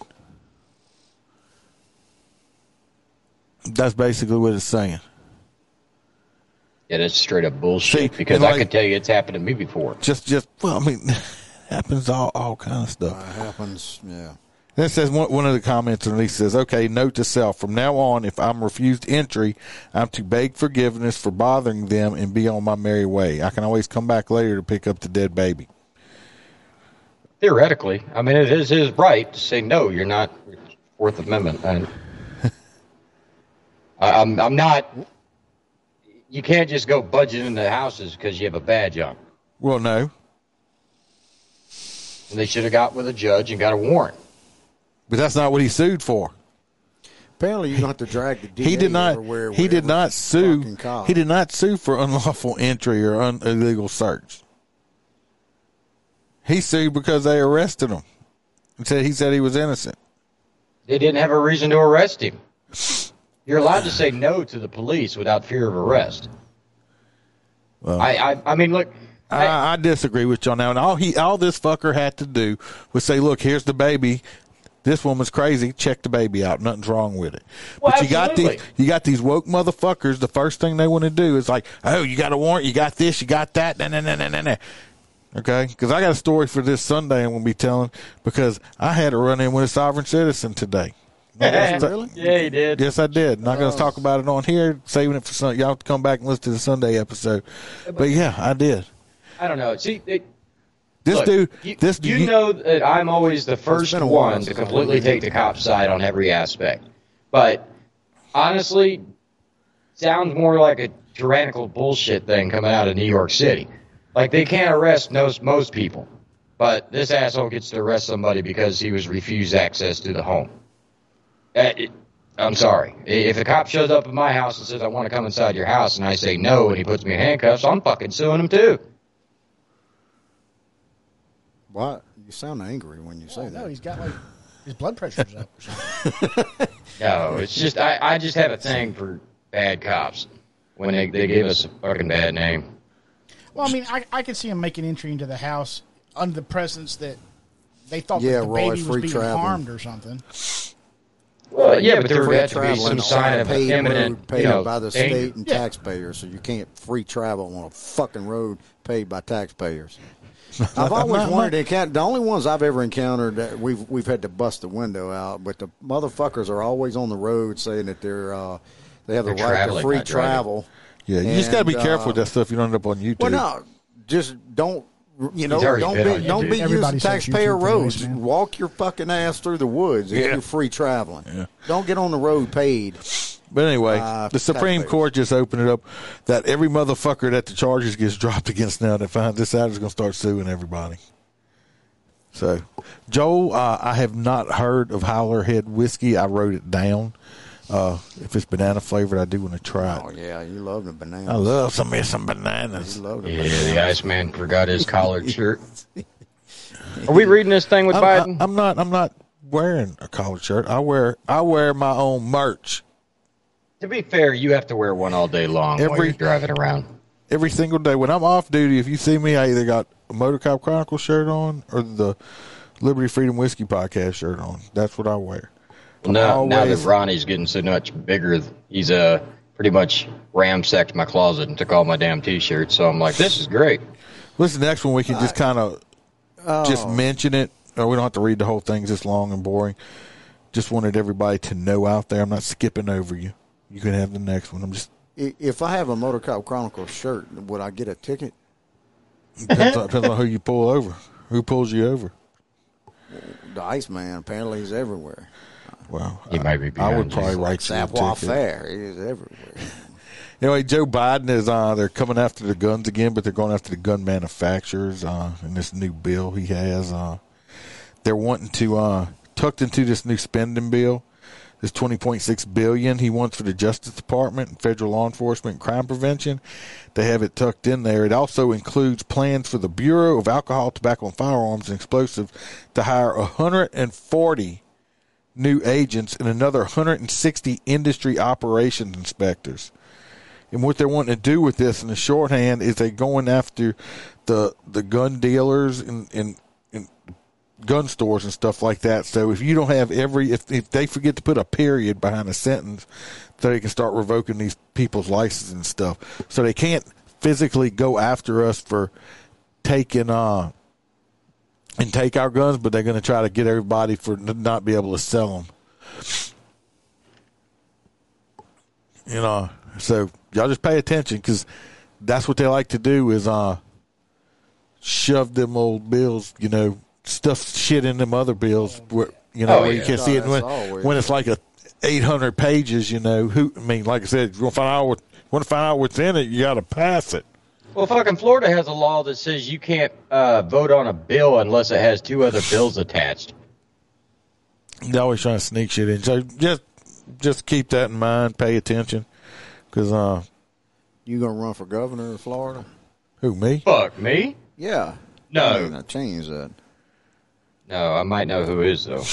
That's basically what it's saying.
Yeah, that's straight up bullshit.
See,
because
and like-
I could tell you it's happened to me before.
Just just well, I mean, happens all all kind of stuff.
It happens. Yeah.
Then it says one, one of the comments underneath says, okay, note to self. From now on, if I'm refused entry, I'm to beg forgiveness for bothering them and be on my merry way. I can always come back later to pick up the dead baby.
Theoretically, I mean, it is his right to say no. You're not Fourth Amendment, and I- I'm I'm not. You can't just go budging into houses because you have a badge on.
Well, no,
And they should have got with a judge and got a warrant.
but that's not what he sued for.
Apparently, you don't have to drag the DA
He did not.
everywhere.
He did
wherever
not
it's
sue.
fucking caught.
He did not sue for unlawful entry or un, illegal search. He sued because they arrested him and said he said he was innocent.
They didn't have a reason to arrest him. You're allowed to say no to the police without fear of arrest. I, I I mean, look. I-
I, I disagree with y'all now. And all he, all this fucker had to do was say, "Look, here's the baby. This woman's crazy. Check the baby out. Nothing's wrong with it."
Well,
but you got these,
absolutely.
you got these woke motherfuckers. The first thing they want to do is like, "Oh, you got a warrant. You got this. You got that." Nah, nah, nah, nah, nah, nah. Okay, because I got a story for this Sunday I'm gonna be telling because I had a run in with a sovereign citizen today.
Yeah, he did.
Yes, I did. Not going to
Oh.
talk about it on here. Saving it for Sunday. Y'all have to come back and listen to the Sunday episode. But yeah, I did.
I don't know. See, it,
This
Look,
dude,
you,
this
you,
you-
know that I'm always the first
been a while
one to
since
completely take the cop side on every aspect, but honestly, sounds more like a tyrannical bullshit thing coming out of New York City. Like they can't arrest most most people, but this asshole gets to arrest somebody because he was refused access to the home. Uh, it- I'm sorry. I- If a cop shows up at my house and says I want to come inside your house, and I say no, and he puts me in handcuffs, I'm fucking suing him too.
Why? You sound angry when you say
Oh,
that.
no, he's got like His blood pressure's up. or something.
No, it's just I, I just have a thing for bad cops when they, they give us a fucking bad name.
Well, I mean, I, I could see him making entry into the house under the presence that they thought
Yeah,
that the
Roy,
baby was
free
being
traveling.
harmed or something.
Well, yeah, but there would
Free
have to be
traveling
some
on
sign
a
of
paid
imminent,
road paid
you know,
by the
danger.
state and
Yeah.
taxpayers, so you can't free travel on a fucking road paid by taxpayers. I've always wanted to encounter the only ones I've ever encountered that we've we've had to bust the window out, but the motherfuckers are always on the road saying that they're uh, they have the
They're
right to
traveling,
free
not driving.
travel.
Yeah, you just got to be
And,
careful
uh,
with that stuff. You don't end up on YouTube.
Well, no, just don't. You know,
He's already
don't
been on
be don't
YouTube.
be
Everybody
using
says YouTube
taxpayer
anyways,
roads.
man.
Walk your fucking ass through the woods if you're free traveling. Don't get on the road paid.
But anyway,
Uh,
the Supreme
taxpayers.
Court just opened it up that every motherfucker that the charges gets dropped against now that finds this out is going to start suing everybody. So, Joel, uh, I have not heard of Howler Head whiskey. I wrote it down. Uh, if it's banana flavored, I do want to try it.
Oh yeah, you love the bananas.
I love some me some
You
bananas.
love the
Yeah,
bananas.
the Iceman forgot his collared shirt. Are we reading this thing with
I'm,
Biden?
I, am not. I'm not wearing a collared shirt. I wear. I wear my own merch.
to be fair, you have to wear one all day long while
Every-
you're driving around.
every single day. When I'm off duty, if you see me, I either got a Motor Cop Chronicle shirt on or the Liberty Freedom Whiskey Podcast shirt on. That's what I wear.
No, now that
always-
Ronnie's getting so much bigger, he's uh pretty much ramsacked my closet and took all my damn t-shirts. So I'm like, this is great.
What's the next one? We can just kind of just mention it, or we don't have to read the whole thing. It's just long and boring. Just wanted everybody to know out there. I'm not skipping over you. You can have the next one. I'm just
I- If I have a Motor Cop Chronicle shirt, would I get a ticket?
depends on, depends on who you pull over, who pulls you over.
The Iceman apparently is everywhere.
Wow,
He
I,
might be
I would
behind you.
probably write you a
Savoir
ticket.
faire he is everywhere.
Anyway, Joe Biden is uh they're coming after the guns again, but they're going after the gun manufacturers uh in this new bill he has. Uh they're wanting to uh tucked into this new spending bill, this twenty point six billion he wants for the Justice Department and federal law enforcement and crime prevention. They have it tucked in there. It also includes plans for the Bureau of Alcohol, Tobacco and Firearms and Explosives to hire hundred and forty new agents and another hundred and sixty industry operations inspectors. And what they're wanting to do with this in the shorthand is they're going after the the gun dealers and, and, and gun stores and stuff like that. So if you don't have every if, if they forget to put a period behind a sentence, so they can start revoking these people's licenses and stuff. So they can't physically go after us for taking uh and take our guns, but they're going to try to get everybody for n- not be able to sell them. you know so y'all just pay attention because that's what they like to do is uh shove them old bills you know stuff shit in them other bills where you know
Oh,
where you
yeah.
can see it
Oh,
when,
that's always-
when it's like a 800 pages you know who i mean like i said you want to find out what want to find out what's in it you got to pass it
Well, fucking Florida has a law that says you can't uh, vote on a bill unless it has two other bills attached.
they're always trying to sneak shit in so just just keep that in mind pay attention because uh
You gonna run for governor of Florida?
who me
Fuck me?
Yeah. I, mean,
No,
I changed that.
no, I might know who is though.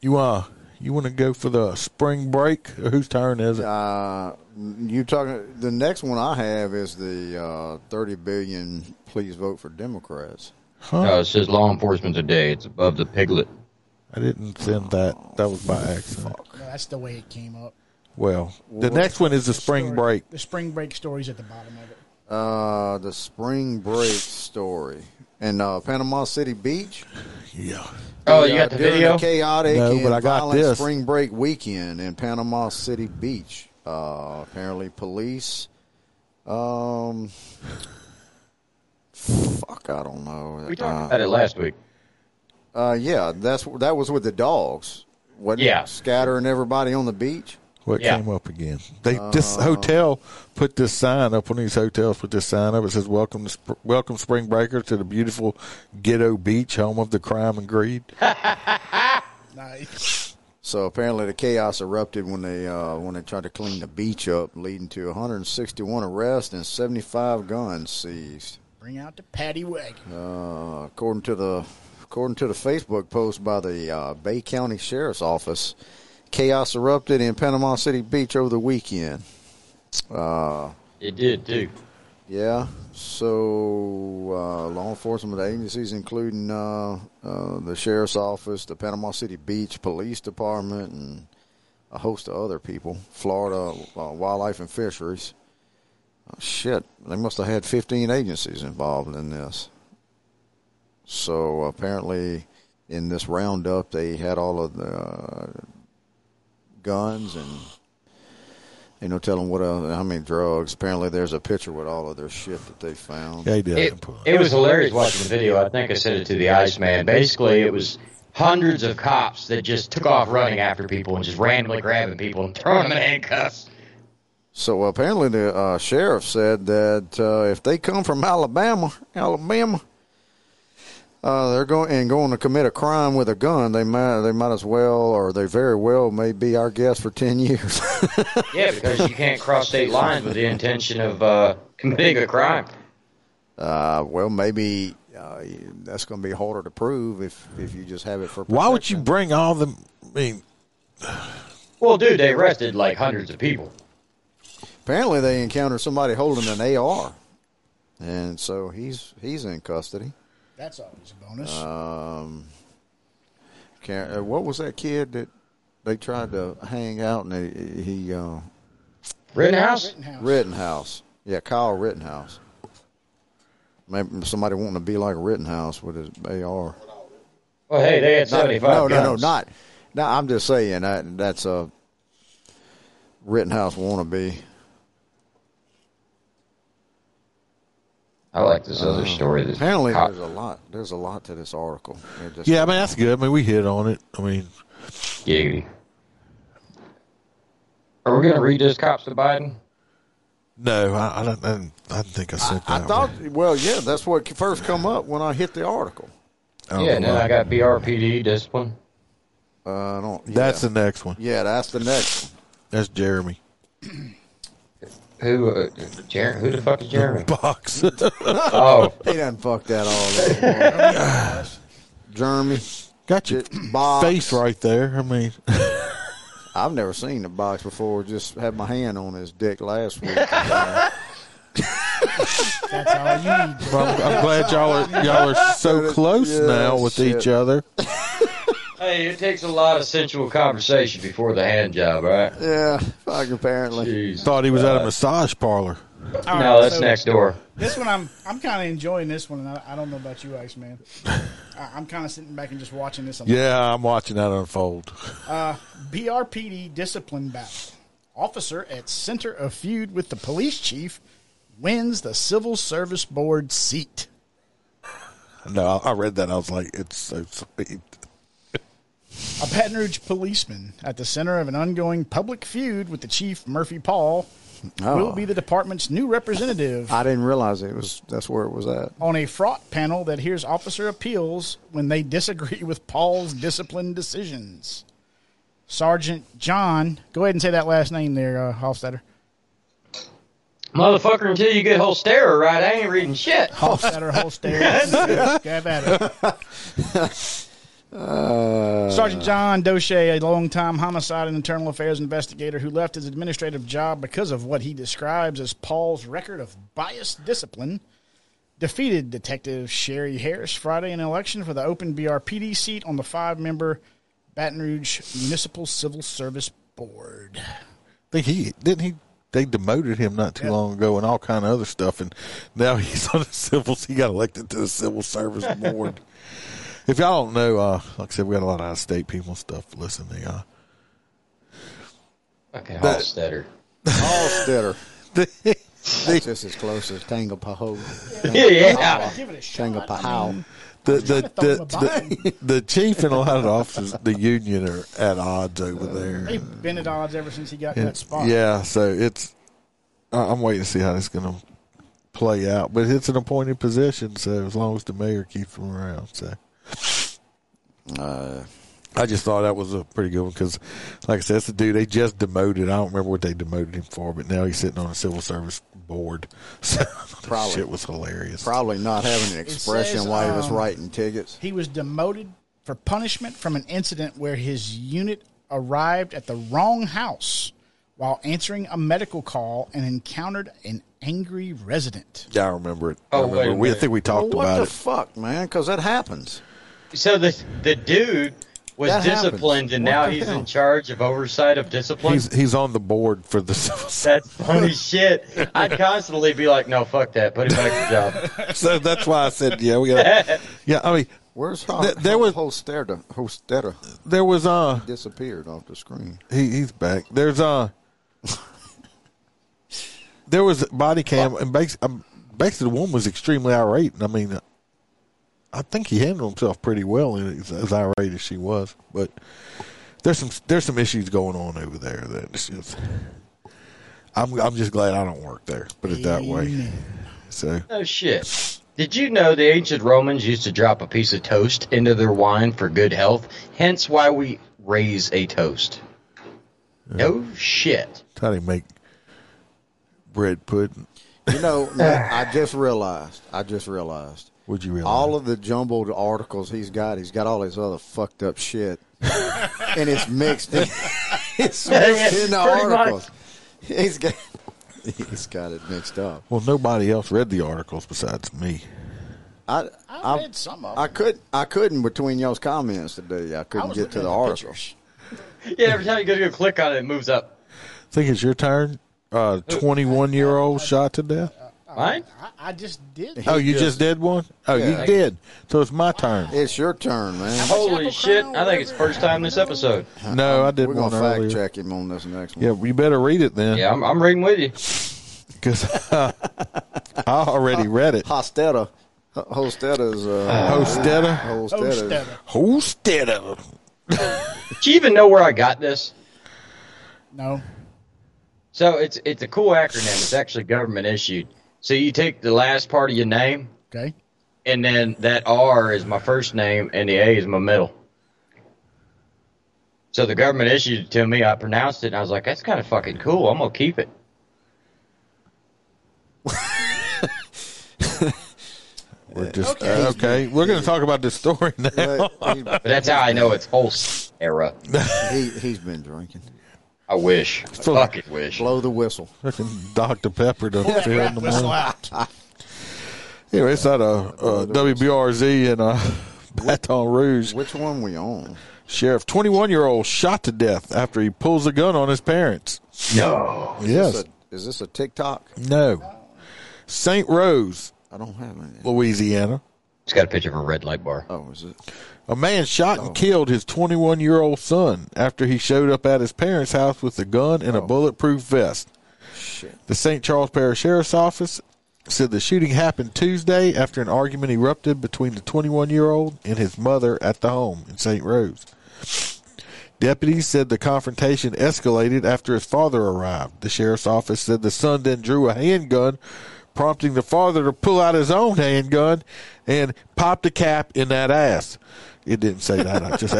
you uh you want to go for the spring break whose turn is it
Uh, you talking? The next one I have is the uh, thirty billion. Please vote for Democrats.
No, it says law enforcement today. It's above the piglet.
I didn't send that. That was by accident.
No, that's the way it came up.
Well, the next one is the spring
Story-
break.
The spring break story's at the bottom of it.
Uh, the spring break story in uh, Panama City Beach.
Yeah.
Oh, you got
Uh,
the
during
video?
chaotic
No,
and
but I got
violent
this.
spring break weekend in Panama City Beach. Uh, apparently, police. Um, fuck, I don't know.
We talked
Uh,
about it last week.
Uh, yeah, that's that was with the dogs. Wasn't it?
Yeah.
scattering everybody on the beach.
What
Yeah.
came up again? They this hotel put this sign up. One of these hotels put this sign up. It says "Welcome to sp- Welcome Spring Breakers to the beautiful ghetto beach, home of the crime and greed."
Nice.
So apparently, the chaos erupted when they uh, when they tried to clean the beach up, leading to 161 arrests and 75 guns seized,
Bring out the paddy wagon.
uh, according to the According to the Facebook post by the uh, Bay County Sheriff's Office, chaos erupted in Panama City Beach over the weekend. Uh,
It did too.
yeah. So uh, law enforcement agencies, including uh, uh, the sheriff's office, the Panama City Beach Police Department, and a host of other people, Florida uh, Wildlife and Fisheries. Oh, shit, they must have had 15 agencies involved in this. So apparently, in this roundup, they had all of the uh, guns and Ain't no telling what uh, how many drugs. Apparently, there's a picture with all of their shit that they found.
Yeah, he did.
It, it was hilarious watching the video. I think I sent it to the Iceman. Basically, it was hundreds of cops that just took off running after people and just randomly grabbing people and throwing them in handcuffs.
So apparently, the uh, sheriff said that uh, if they come from Alabama, Alabama, uh, they're going and going to commit a crime with a gun. They might, they might as well, or they very well may be our guest for ten years.
Yeah, because you can't cross state lines with the intention of uh, committing a crime.
uh, well, maybe uh, that's going to be harder to prove if if you just have it for.
Why would you
protection.
bring all the? I mean,
Well, dude, they arrested like hundreds of people.
Apparently, they encountered somebody holding an AR, and so he's he's in custody.
That's always a bonus.
Um, can, uh, what was that kid that they tried to hang out and they, he uh,
Rittenhouse?
Rittenhouse.
Rittenhouse? Yeah, Kyle Rittenhouse. Maybe somebody wanting to be like Rittenhouse with his AR.
Well, hey, they had
Not-
75
no, no, no,
guns.
not. No, I'm just saying that that's a Rittenhouse wannabe.
I like this other story. This
Apparently,
cop-
there's a lot. There's a lot to this article. It just-
yeah, I mean that's good. I mean we hit on it. I mean,
Giggity. Are we going to read this cops to Biden?
no, I, I don't. I didn't- I didn't think I said
I
that.
thought.
one.
Well, yeah, that's what first come up when I hit the article.
Oh,
yeah, and then
well,
I got BRPD discipline.
Uh, I don't.
That's
yeah.
the next one.
yeah. That's the next. one.
That's Jeremy
Who, uh, Jer- who the fuck is Jeremy?
Box.
oh,
He done fucked that all up. Jeremy.
got your
It- box.
face right there. I mean,
I've never seen the box before. Just had my hand on his dick last week.
That's all you need.
I'm, I'm glad y'all are y'all are so close
Yeah,
now with
shit.
each other.
hey, it takes a lot of sensual conversation before the hand job, right?
yeah, fuck, apparently.
Jeez.
Thought he was at a massage parlor.
All
No,
right,
that's
so
next door.
This one, I'm I'm kind of enjoying this one, and I, I don't know about you, Iceman. I, I'm kind of sitting back and just watching this. on
Yeah, I'm watching that unfold.
BRPD discipline battle. Officer at center of feud with the police chief wins the civil service board seat.
No, I, I read that. I was like, it's so sweet.
A Baton Rouge policeman at the center of an ongoing public feud with the chief Murphy Paul will be the department's new representative
I didn't realize it was. That's where it was at.
on a fraught panel that hears officer appeals when they disagree with Paul's discipline decisions. Sergeant John, go ahead and say that last name there, uh, Hofstadter.
Motherfucker, until you get Holstera right, I ain't reading shit.
Hofstadter, Holstadter. Have at it.
Uh,
Sergeant John Doche, a longtime homicide and internal affairs investigator who left his administrative job because of what he describes as Paul's record of biased discipline, defeated Detective Sherry Harris Friday in an election for the open BRPD seat on the five member Baton Rouge Municipal Civil Service Board.
think he didn't he they demoted him not too long ago and all kind of other stuff and now he's on the civil he got elected to the civil service board if y'all don't know uh like i said we got a lot of out of state people and stuff listening uh
Fucking Holstetter.
Hallstetter.
they,
That's just as close as Tangapahoe.
Yeah.
Give it a shot.
Tangapahoe.
the the
throw him a
the, the, the chief and a lot of the officers, the union, are at odds over there.
They've been at odds ever since he got in that
It's-
spot.
yeah, so it's. I- I'm waiting to see how this going to play out, but it's an appointed position, so as long as the mayor keeps him around, so
Uh,
I just thought that was a pretty good one because, like I said, that's the dude they just demoted. I don't remember what they demoted him for, but now he's sitting on a civil service board. So that
Probably.
shit was hilarious.
Probably not having an expression
says,
while he was
um,
writing tickets.
He was demoted for punishment from an incident where his unit arrived at the wrong house while answering a medical call and encountered an angry resident.
Yeah, I remember it. I,
Oh,
remember
wait
it.
a
we, I
minute.
think we
Well,
talked
what
about
the
it.
fuck, man? Because that happens.
So the the dude was
That happens.
disciplined, and
What
now
the
he's
hell?
in charge of oversight of discipline.
he's he's on the board for the civil service.
That's funny shit. I'd constantly be like, "No, fuck that. Put him back to the job."
so that's why I said, yeah, we got. Yeah, I mean,
Where's
Th- there was-
Holsteda? Holsteda
there was uh,
disappeared off the screen.
he, he's back. There's uh, there was body cam, and basically, um, basically the woman was extremely irate, and I mean, I think he handled himself pretty well, and as, as irate as she was, but there's some there's some issues going on over there that it's just. I'm I'm just glad I don't work there. Put it that way. So
No shit. Did you know the ancient Romans used to drop a piece of toast into their wine for good health? Hence, why we raise a toast. No shit.
how do you make bread pudding?
You know, Matt, I just realized. I just realized.
Would you realize?
All of the jumbled articles he's got, he's got all this other fucked up shit, and it's mixed in, it's mixed in
Pretty
the
much.
articles. He's got, he's got it mixed up.
Well, nobody else read the articles besides me.
I,
I
I,
read some of them.
I could, I couldn't between y'all's comments today. I
I
couldn't
was
get to
looking
the
at
article.
pictures.
Yeah, every time you go to go click on it, it moves up.
I think it's your turn. Uh, twenty-one year
uh,
old shot to death.
Mine?
I, I just did.
Oh, you just
just-
did one. Oh,
Yeah.
you did. So it's my turn.
It's your turn, man.
Holy shit! I think it's the first time this episode.
No, I did
We're
one
gonna fact
earlier.
check him on this next one.
Yeah, you better read it then.
Yeah, I'm, I'm reading with you.
because I already read it.
Hostetta, H- Hostetta is uh,
Hostetta.
Hostetta. is-
Hostetta.
Hostetta.
Did you even know where I got this?
No.
So it's it's a cool acronym. It's actually government issued. So you take the last part of your name,
Okay.
and then that R is my first name, and the A is my middle. So the government issued it to me. I pronounced it, and I was like, "That's kind of fucking cool. I'm gonna keep it."
We're just
Okay.
okay. We're going to talk about this story now.
But
But that's how I know it's whole era.
he, he, he's been drinking.
I wish, fucking wish.
Blow the whistle.
Dr Pepper doesn't feel in the
Whistle
morning.
out.
Anyway, it's out of uh, WBRZ in uh, Baton Rouge.
Which one we on?
Sheriff, 21 year old shot to death after he pulls a gun on his parents.
No,
Yes.
Is, a, is this a TikTok?
No. St. Rose,
I don't have any.
Louisiana.
it's got a picture of a red light bar.
Oh, is it?
A man shot and killed his 21 year old son after he showed up at his parents' house with a gun and a bulletproof vest.
Shit.
The St. Charles Parish Sheriff's Office said the shooting happened Tuesday after an argument erupted between the 21 year old and his mother at the home in St. Rose. Deputies said the confrontation escalated after his father arrived. The sheriff's office said the son then drew a handgun, prompting the father to pull out his own handgun and popped a cap in that ass. It didn't say that. I just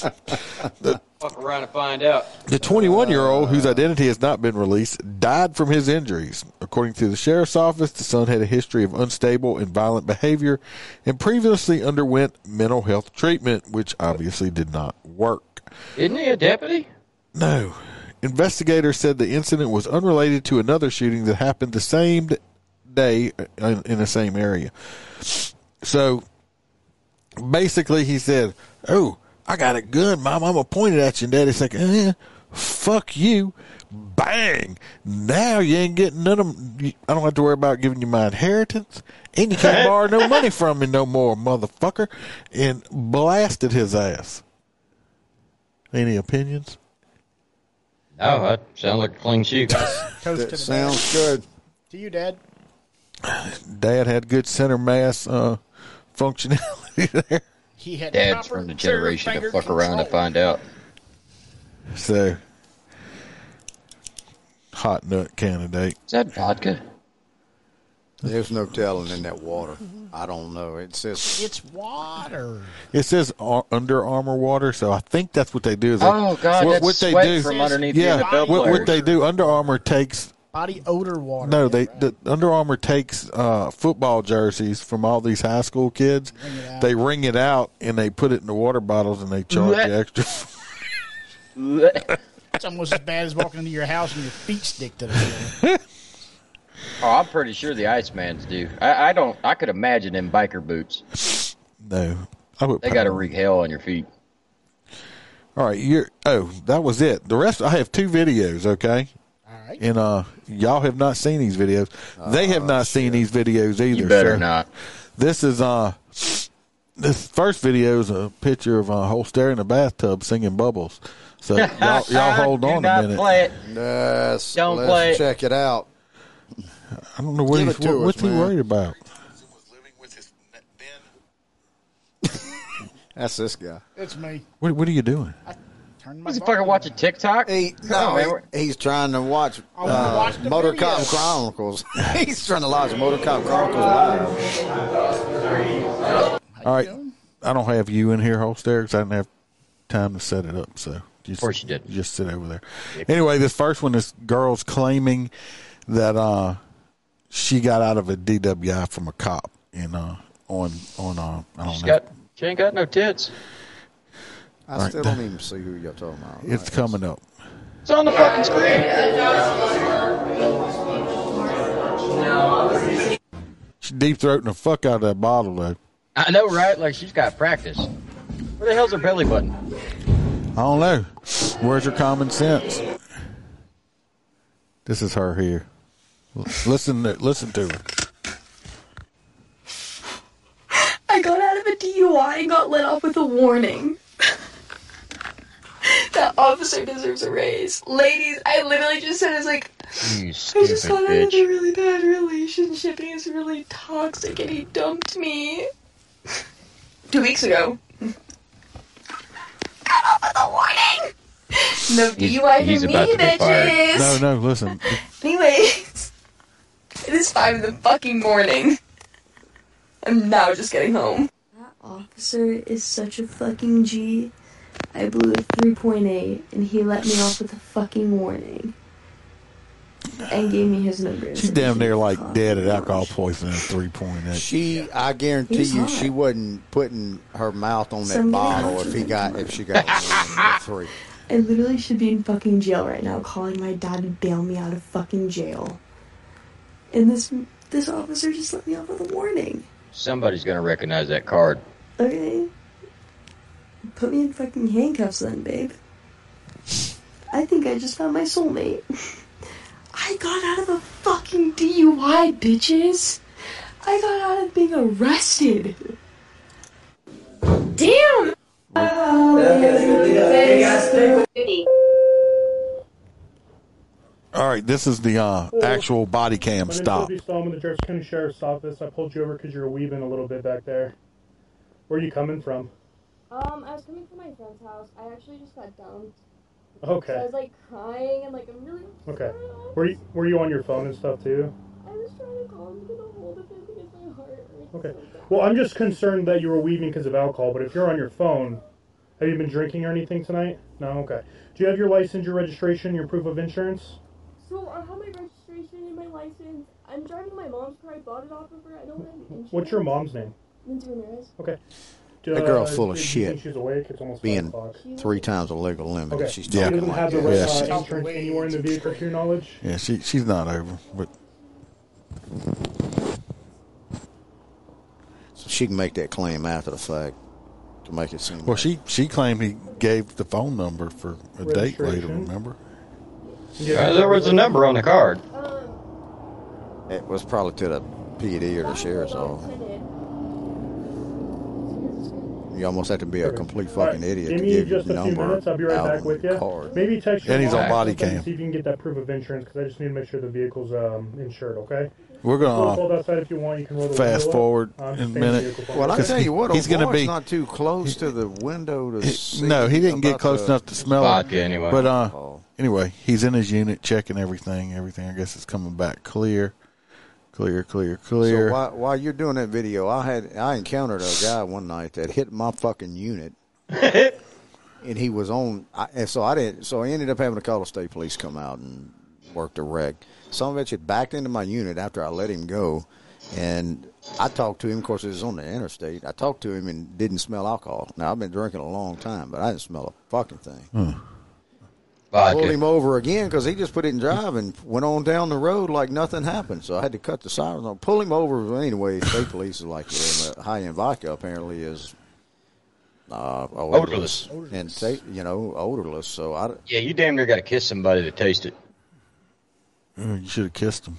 Fuck around and find out.
The 21 year old, whose identity has not been released, died from his injuries. According to the sheriff's office, the son had a history of unstable and violent behavior and previously underwent mental health treatment, which obviously did not work.
Isn't he a deputy?
No. Investigators said the incident was unrelated to another shooting that happened the same day in, in the same area. So basically, he said, Oh, I got a gun, Mom. I'm going to point it at you. And Daddy's like, eh, Fuck you. Bang. Now you ain't getting none of you- I don't have to worry about giving you my inheritance. And you can't borrow no money from me no more, motherfucker. And blasted his ass. Any opinions?
No, that sounds like a clean shoot.
Toast to
That
the dad.
sounds good.
To you, Dad.
Dad had good center mass uh, functionality there.
He had
Dad's
proper
from the generation to
trigger
fuck around and
control.
find out.
So, hot nut candidate.
Is that vodka?
There's no telling in that water. I don't know. It says
It's water.
It says Ar- Under Armour water, so I think that's what they do. Is they-
Oh, God, that's sweat from underneath the
yeah,
NFL
what,
players.
what they do, Under Armour takes
Body odor water.
no, they
Right.
the, Under Armour takes uh, football jerseys from all these high school kids.
Wring it out.
they wring it out and they put it in the water bottles and they charge
Blech.
you extra.
oh,
It's almost as bad as walking into your house and your feet stick to the floor.
Oh,
I'm pretty sure the Iceman's do. I, I don't. I could imagine them biker boots.
no, I would.
They got to wreak hell on your feet.
All right, you're. Oh, that was it. The rest, I have two videos. Okay,
All right.
and uh, y'all have not seen these videos. they
Oh,
have not seen these videos either.
You better
so-
not.
This is uh, this first video is a picture of uh, a whole stare in a bathtub singing bubbles. So y'all, y'all hold
Do
on
not
a minute.
Play it.
yes.
Don't
let's
play it.
check it out.
I don't know what
Give
he's
it to
what,
us,
what's he
man.
worried about.
That's this guy.
It's me.
What, what are you doing?
Turn my
Was he
volume
fucking watching
down.
TikTok?
He,
Come
no,
on, man,
he-
we're- Oh,
he's trying to watch,
I wanna
uh,
watch the
Motor
video.
Cop Chronicles. he's trying to watch Motor Cop Chronicles live.
All right,
doing?
I don't have you in here, Holster, because I didn't have time to set it up. So just, of
course you didn't.
Just sit over there. Anyway, this first one is girls claiming that uh, she got out of a DWI from a cop in uh, on on uh, I don't
She's
know.
got, she ain't got no tits.
I still don't even see who y'all talking about.
it's coming up.
It's on the fucking screen.
She deep throating the fuck out of that bottle though.
I know, right? Like she's got practice. Where the hell's her belly button?
I don't know. Where's your common sense? This is her here. Listen, to, listen to her.
I got out of a DUI and got let off with a warning. that officer deserves a raise. Ladies, I literally just said, I was like,
You
I
stupid
just got out of a
bitch.
really bad relationship and he's really toxic and he dumped me. Two weeks ago. got off with a warning! No
He's-
DUI
he's
for me,
about to be fired.
bitches!
No, no, listen.
Anyways, it is five in the fucking morning. I'm now just getting home. That officer is such a fucking G. I blew a 3.8 and he let me off with a fucking warning. And gave me his number.
She's damn near like dead at alcohol poisoning at three point eight.
She, I guarantee
He's
you,
hot.
she wasn't putting her mouth on that
Somebody
bottle
else
if
is
he
in
got
the
if she got one or three.
I literally should be in fucking jail right now, calling my dad to bail me out of fucking jail. And this this officer just let me off with a warning.
Somebody's gonna recognize that card.
Okay. Put me in fucking handcuffs then, babe. I think I just found my soulmate. I got out of a fucking DUI, bitches. I got out of being arrested. Damn!
All right, this is the uh, actual body cam
My name's
stop.
Toby Stallman, the Jefferson County Sheriff's Office. I pulled you over because you were weaving a little bit back there. Where are you coming from?
Um, I was coming from my friend's house. I actually just got dumped. So I
Okay.
was like crying and like I'm really
Okay.
upset.
Were you Were you on your phone and stuff too?
I was trying to call him to get a hold of him because my heart hurts.
Okay.
so bad.
Well, I'm just concerned that you were weaving because of alcohol. But if you're on your phone, have you been drinking or anything tonight? No. Okay. Do you have your license, your registration, your proof of insurance?
So I have my registration and my license. I'm driving my mom's car. I bought it off of her. I don't have insurance.
What's your mom's name?
Lindsay Ramirez.
Do, uh,
That girl's full of
do you
shit.
think She's awake. It's almost
Being-
five o'clock.
She's
Three times the legal limit.
Okay.
if She's
She
talking
doesn't
like
have the
that.
right
Yeah,
uh,
she-
insurance anywhere in the vehicle, to your knowledge.
Yeah, she she's not over. But
So she can make that claim after the fact to make it seem.
well, she she claimed he gave the phone number for a date later.
Registration.
Remember?
Yeah.
Uh, there was a number on the card.
Um,
it was probably to the PD or the sheriff's office. You almost have to be a complete fucking
Alright,
idiot to
Give me
give your
just a few
number
minutes. I'll be right
out
back
on
with
the
you.
card.
Maybe text your
And he's
mom
on body
or something,
cam.
See if you can get that proof of insurance because I just need to make sure the vehicle's um, insured. Okay.
We're
Roll
gonna.
hold outside if you want. You can roll the
Uh, fast
window up.
forward
Um,
in a
same
minute.
vehicle phone.
Well, I
Because
tell
he-
you what,
he's
he's
gonna
going to
be-
be not too close to the window to see.
no, he didn't get
about
close
the-
enough to smell
Vodka,
it.
anyway.
But uh,
Oh.
anyway, he's in his unit checking everything. Everything I guess is coming back clear. Clear, clear,
So
clear.
while, while you're doing that video, I had I encountered a guy one night that hit my fucking unit, and he was on. I, and so I didn't. So I ended up having to call the state police come out and work the wreck. Some bitch had backed into my unit after I let him go, and I talked to him. Of course, it was on the interstate. I talked to him and didn't smell alcohol. Now I've been drinking a long time, but I didn't smell a fucking thing. Pulled him
Vodka.
over again because he just put it in drive and went on down the road like nothing happened. So I had to cut the sirens on. Pull him over Well, anyway. State police is like Uh, high end vodka apparently is uh, odorless,
Odorless.
and ta- you know odorless. So I
Yeah, you damn near got to kiss somebody to taste it.
Oh, You should have kissed him.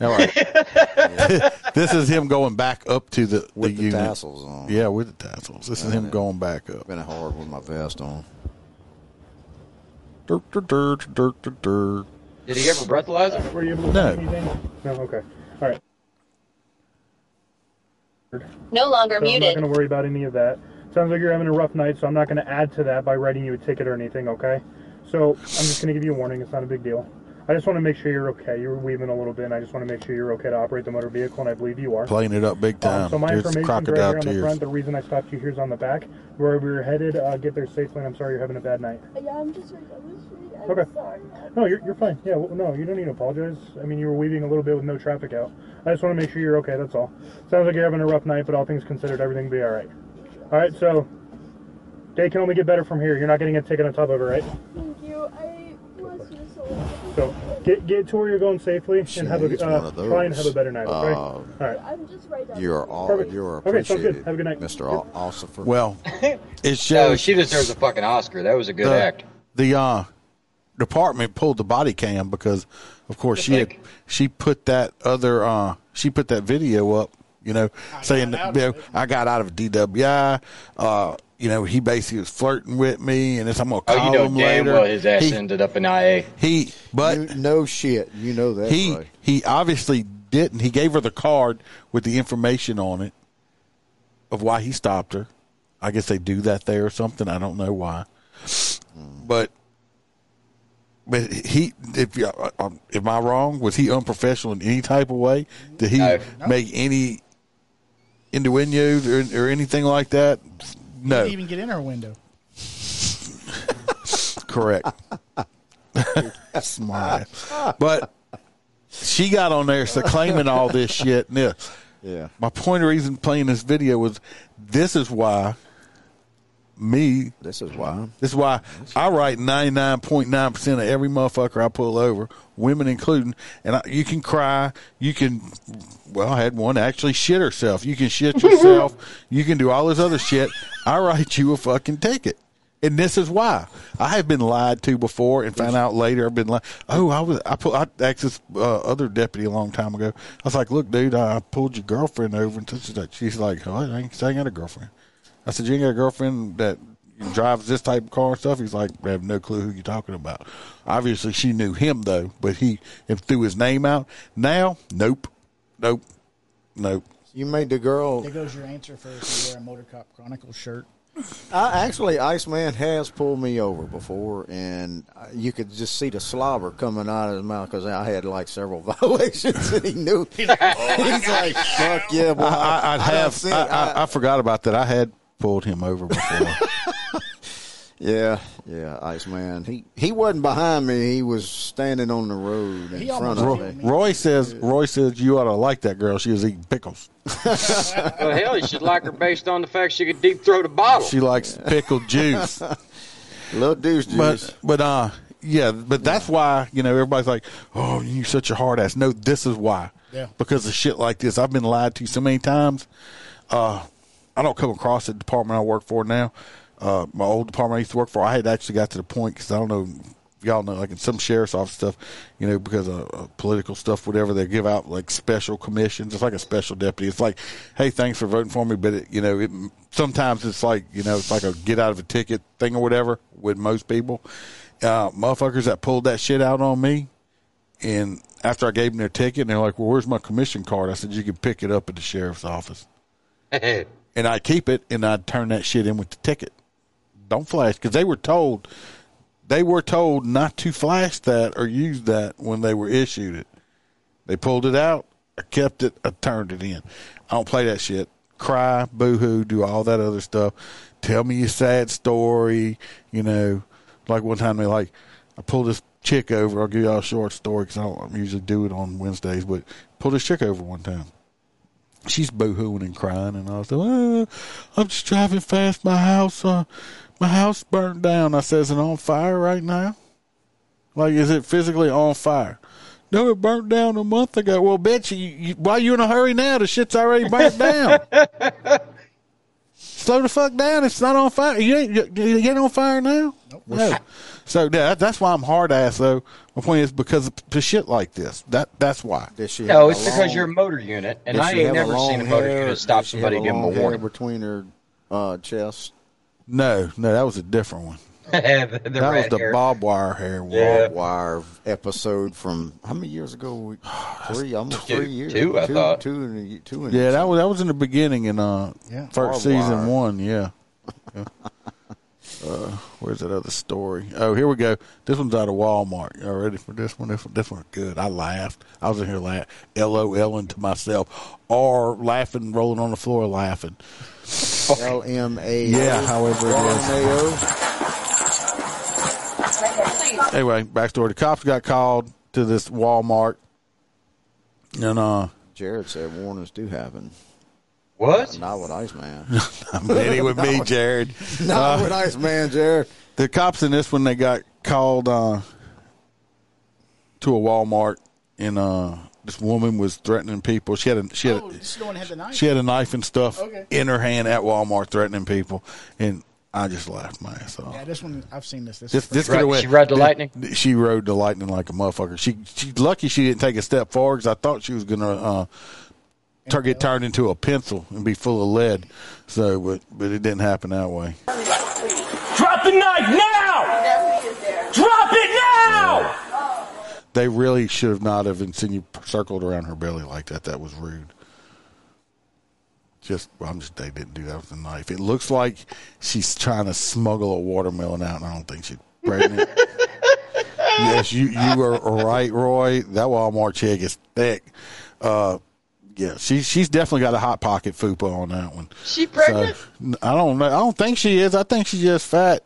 All right. this is him going back up to the,
with the,
unit.
tassels on.
Yeah, with the tassels. This is him going back up.
been hard with my vest on.
Dirt, dirt, dirt, dirt, dirt, dirt.
Did he have a breathalyzer?
Were you able to
No.
find anything? No. Okay. All right.
No longer
So I'm not
muted.
going to worry about any of that. Sounds like you're having a rough night, so I'm not going to add to that by writing you a ticket or anything, okay? So I'm just going to give you a warning. It's not a big deal. I just want to make sure you're okay. You were weaving a little bit, and I just want to make sure you're okay to operate the motor vehicle, and I believe you are.
Playing it up big
Um,
time.
so my
There's
information
crocodile
right here on the
tears.
front. The reason I stopped you here is on the back. Wherever you're headed, uh, get there safely, and I'm sorry you're having a bad night.
Yeah, I'm just right down the street. I'm
Okay.
sorry.
No, you're, you're fine. Yeah, well, no, you don't need to apologize. I mean, you were weaving a little bit with no traffic out. I just want to make sure you're okay, that's all. Sounds like you're having a rough night, but all things considered, everything will be all right. All right, so day can only get better from here. You're not getting a ticket on top of it, right?
Thank you. I bless you so much.
So get get to where you're going safely and have
Jeez,
a
one
uh,
of
try and have a
those.
better night, okay? all
Uh,
right.
I'm just right down
You are
the
all
Perfect.
you are
Okay, sounds
appreciated,
good. Have a good night.
Mister Al- Ossifer.
Well, it
No,
shows
she deserves a fucking Oscar. That was a good
the,
act.
the uh, department pulled the body cam because, of course, she had,
Like-
she put that other uh, she put that video up, you know, saying
got out
that,
of
you know,
it.
I got out of DWI. Uh, you know, he basically was flirting with me, and it's, I'm gonna
Oh,
call
you know
him
damn
later.
well his ass
he,
ended up in IA.
he, but
You know shit. You know that.
he
right.
he obviously didn't. He gave her the card with the information on it of why he stopped her. I guess they do that there or something. I don't know why, but but he if you uh, um, am I wrong? Was he unprofessional in any type of way? Did he
No.
make any innuendos or, or anything like that? No,
Didn't even get in her window.
Correct. Smart. But she got on there so claiming all this shit. And this.
Yeah.
My point of reason playing this video was this is why me,
This is why.
this is why I write 99.9% of every motherfucker I pull over, women including. And I, you can cry. You can, well, I had one actually shit herself. You can shit yourself. you can do all this other shit. I write you a fucking ticket. And this is why I have been lied to before and found out later. I've been like, oh, I was, I, pull, I asked this uh, other deputy a long time ago. I was like, look, dude, I pulled your girlfriend over. And such and such. she's like, oh, I ain't saying I got a girlfriend. I said, you ain't got a girlfriend that drives this type of car and stuff? He's like, I have no clue who you're talking about. Obviously, she knew him, though, but he and threw his name out. Now, nope, nope, nope.
You made the girl
There goes your answer for if you wear a Motor Cop Chronicles shirt.
I actually, Iceman has pulled me over before, and uh, you could just see the slobber coming out of his mouth because I had like several violations, and he knew. He's
"Oh,
like, "Fuck yeah, boy!"
I, I, I'd
I done
have,
seen-
I, I,
I-
I forgot about that. I had pulled him over before.
yeah, yeah, Iceman. He he wasn't behind me; he was standing on the road in
He
front
almost
of
hit
me.
me.
Roy says, Roy says, you ought to like that girl. She was eating pickles.
Well, hell, you should like her based on the fact she could deep throat a bottle.
She likes pickled juice.
Little deuce juice.
But but uh yeah, but that's why, you know, everybody's like, Oh, you such a hard ass. No, this is why.
Yeah.
Because of shit like this. I've been lied to so many times. Uh I don't come across the department I work for now. Uh my old department I used to work for, I had actually got to the point because I don't know if y'all know like in some sheriff's office stuff, you know, because of uh, political stuff, whatever they give out like special commissions. It's like a special deputy. It's like, hey, thanks for voting for me, but it, you know, it sometimes it's like you know, it's like a get out of a ticket thing or whatever with most people. Uh, motherfuckers that pulled that shit out on me, and after I gave them their ticket, and they're like, "Well, where's my commission card?" I said, "You can pick it up at the sheriff's office," and I keep it, and I turn that shit in with the ticket. Don't flash because they were told they were told not to flash that or use that when they were issued it. They pulled it out. I kept it. I turned it in. I don't play that shit. Cry, boo hoo, do all that other stuff. Tell me your sad story. You know, like one time they like, I pulled this chick over. I'll give y'all a short story because I don't usually do it on Wednesdays, but pulled this chick over one time she's boo-hooing and crying and I was like, "Uh, I'm just driving fast. My house, uh, my house burnt down. I says, it on fire right now? Like, is it physically on fire? No, it burnt down a month ago. Well, bitch, you, you, why you in a hurry now? The shit's already burnt down. Slow the fuck down. It's not on fire. You ain't, you, you ain't on fire now. No. So yeah, that, that's why I'm hard ass though. My point is because of p- shit like this. That that's why.
Does she have
No,
a
it's because
long-
you're a motor unit, and
does
I
she
ain't
have
never
long
seen a motor
hair?
unit stop
Does she have
somebody
a
give them a
long hair
warning.
between her uh, chest.
No, no, that was a different one.
the
that was
red
the
hair.
bob wire hair one.
Yeah.
Wire episode from how many years ago? We- Three, almost
Two-
three years.
two, I
two,
thought.
Two and a- two and
Yeah, that was that was in the beginning in uh
Yeah.
first
Barbed
season
wire.
one. Yeah. Yeah. uh, where's that other story? Oh, here we go. This one's out of Walmart. Y'all ready for this one? This one, this one's good. I laughed. I was in here laugh, LOLing to myself, or laughing, rolling on the floor, laughing.
LMAO.
Yeah, however it is.
LMAO.
Anyway, backstory: the cops got called to this Walmart, and uh,
Jared said warnings do happen.
What?
Not with Iceman.
I'm hitting with me, Jared.
Not with Iceman, Jared.
the cops in this one they got called uh, to a Walmart and uh, this woman was threatening people. She had a she had
Oh,
a,
this is the one that had the knife.
she had a knife and stuff
Okay.
in her hand at Walmart threatening people, and I just laughed my ass off.
yeah, this one I've seen this. This,
This,
is
this
Right,
coulda went-
she rode the
thi-
lightning?
thi- She rode the lightning like a motherfucker. She she lucky she didn't take a step forward 'cause I thought she was gonna uh, tur- get turned into a pencil and be full of lead. So, but but it didn't happen that way.
Drop the knife now! Drop it now!
They really should have not have insinu- circled around her belly like that. That was rude. Just well, I'm just they didn't do that with a knife. It looks like she's trying to smuggle a watermelon out, and I don't think she's pregnant. yes, you you were right, Roy. That Walmart chick is thick. Uh, yeah, she she's definitely got a hot pocket fupa on that one.
She pregnant?
So, n- I don't know. I don't think she is. I think she's just fat.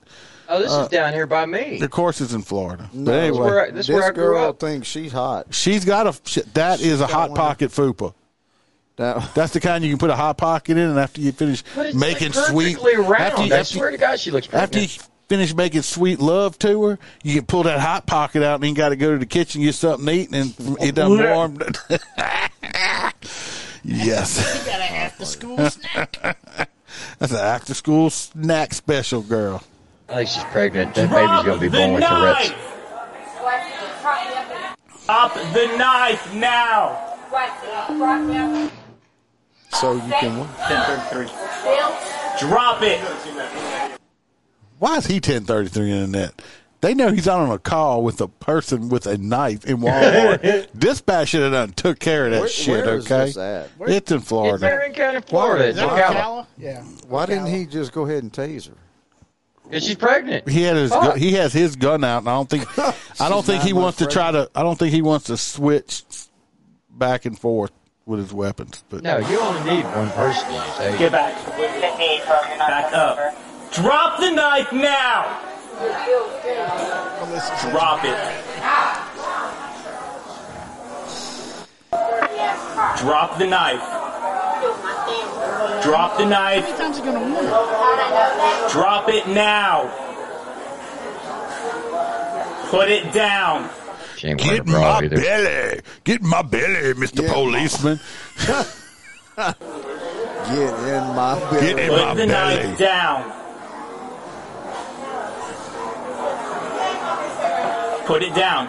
oh,
uh,
this is down here by me.
The course is in Florida,
No,
but
it's
anyway,
where I- This where I grew
girl
up.
thinks she's hot.
She's got a she, that is a
got
hot
one.
pocket fupa.
That,
That's the kind you can put a hot pocket in, and after you finish
But it's
making
like
sweet,
perfectly round.
after you,
I
after you-
swear to God, she looks pregnant.
after you finish making sweet love to her, you can pull that hot pocket out, and then you got to go to the kitchen get something to eat, and it done warm. yes,
gotta have the school snack.
that's an after school snack special, girl.
I think she's pregnant. That baby's gonna be born with Tourette's.
Drop the knife now!
so you can what?
Drop it!
Why is he ten thirty three in the net? They know he's out on a call with a person with a knife in Walmart. Dispatch should have done took care of that
Where-
shit.
where is
okay,
this at?
it's in
It's
Florida.
Marion County, Florida. It's
Is that
Ocala.
Ocala? Yeah.
Why didn't he just go ahead and tase her?
Yeah, she's pregnant.
He had his
Fuck.
gun, he has his gun out, and I don't think I don't think he
nine
wants to
months
try to. I don't think he wants to switch back and forth with his weapons. But
No, you only need one person. these days.
Get back. Back up. Drop the knife now! Drop it. Drop the knife. Drop the
How
knife.
many times he gonna warn her?
Drop it now. Put it down.
She ain't wearing a
get
bra
my
either.
belly, get my belly, Mister
Yeah.
Policeman,
Get in my
get in
belly.
Put
my belly.
the knife down. Put it down.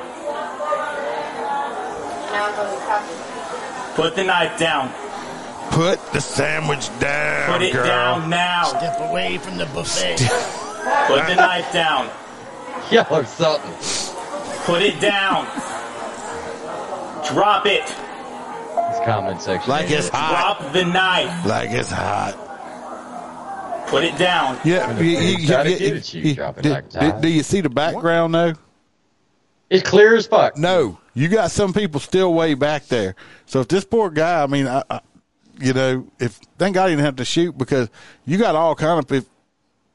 Put the knife down.
Put the sandwich down,
Put it
girl.
down now.
Step away from the buffet.
Put the knife down.
Y'all are something.
Put it down. Drop it.
It's comment section.
Like it's hot,
Drop the knife.
like it's hot.
Put it down.
Yeah,
you- you- you- Gotta get it, you drop it
do,
like it's hot.
do you see the background though?
It's clear as fuck.
No, you got some people still way back there. So if this poor guy, I mean, I, I, you know, if thank God he didn't have to shoot because you got all kind of pe-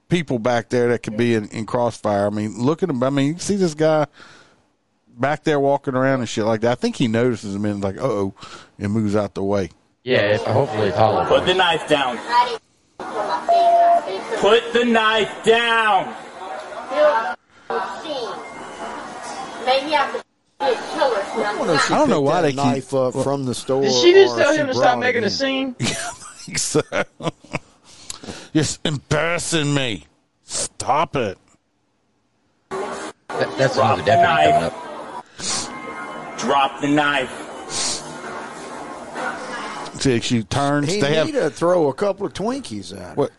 people back there that could be in, in crossfire. I mean, look at him. I mean, you see this guy back there walking around and shit like that. I think he notices him and is like, uh oh, and moves out the way.
Yeah, if, hopefully it's hollow.
Put the knife down. Put the knife down.
Maybe I could be a killer.
I don't know why they keep-
knife up from the store.
Did she just
or
tell
she
him to
brought
stop
it
making a
in.
scene?
think so. Just embarrassing me. Stop it.
that's another
Drop the knife. Drop the knife.
See, she turns.
He
they
need to
have
throw a couple of Twinkies at. her.
what?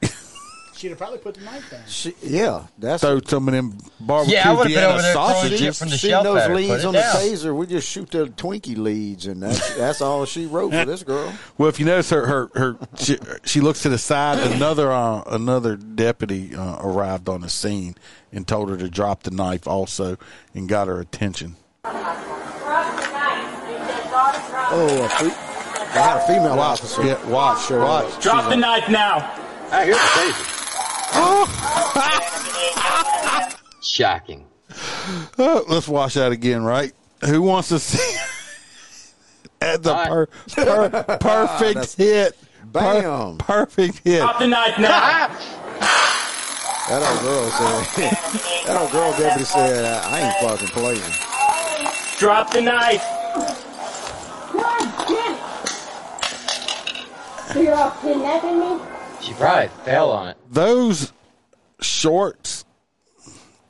She'd have probably put the knife down.
She, yeah, that's
Throw some of them barbecue
Yeah, I would've been
Vienna
over there throwing shit
sausages.
from the
Shooting
shelf
those
at her, put
leads
it
on the
down.
taser. We just shoot the Twinkie leads, and that's that's all she wrote for this girl.
Well, if you notice her, her, her she, she looks to the side. Another, uh, another deputy uh, arrived on the scene and told her to drop the knife also, and got her attention.
Oh, a fe- I had a female officer.
Yeah, watch,
Sure.
watch.
Drop the knife now.
I hear the taser.
Shocking.
Oh, let's watch that again, right? Who wants to see at the per, per, perfect hit? Per-
Bam.
perfect hit.
Drop the knife now.
That old girl said. that old girl deputy said, "I ain't fucking playing."
Drop the knife.
So you're all kidnapping me?
She probably fell on it.
Those shorts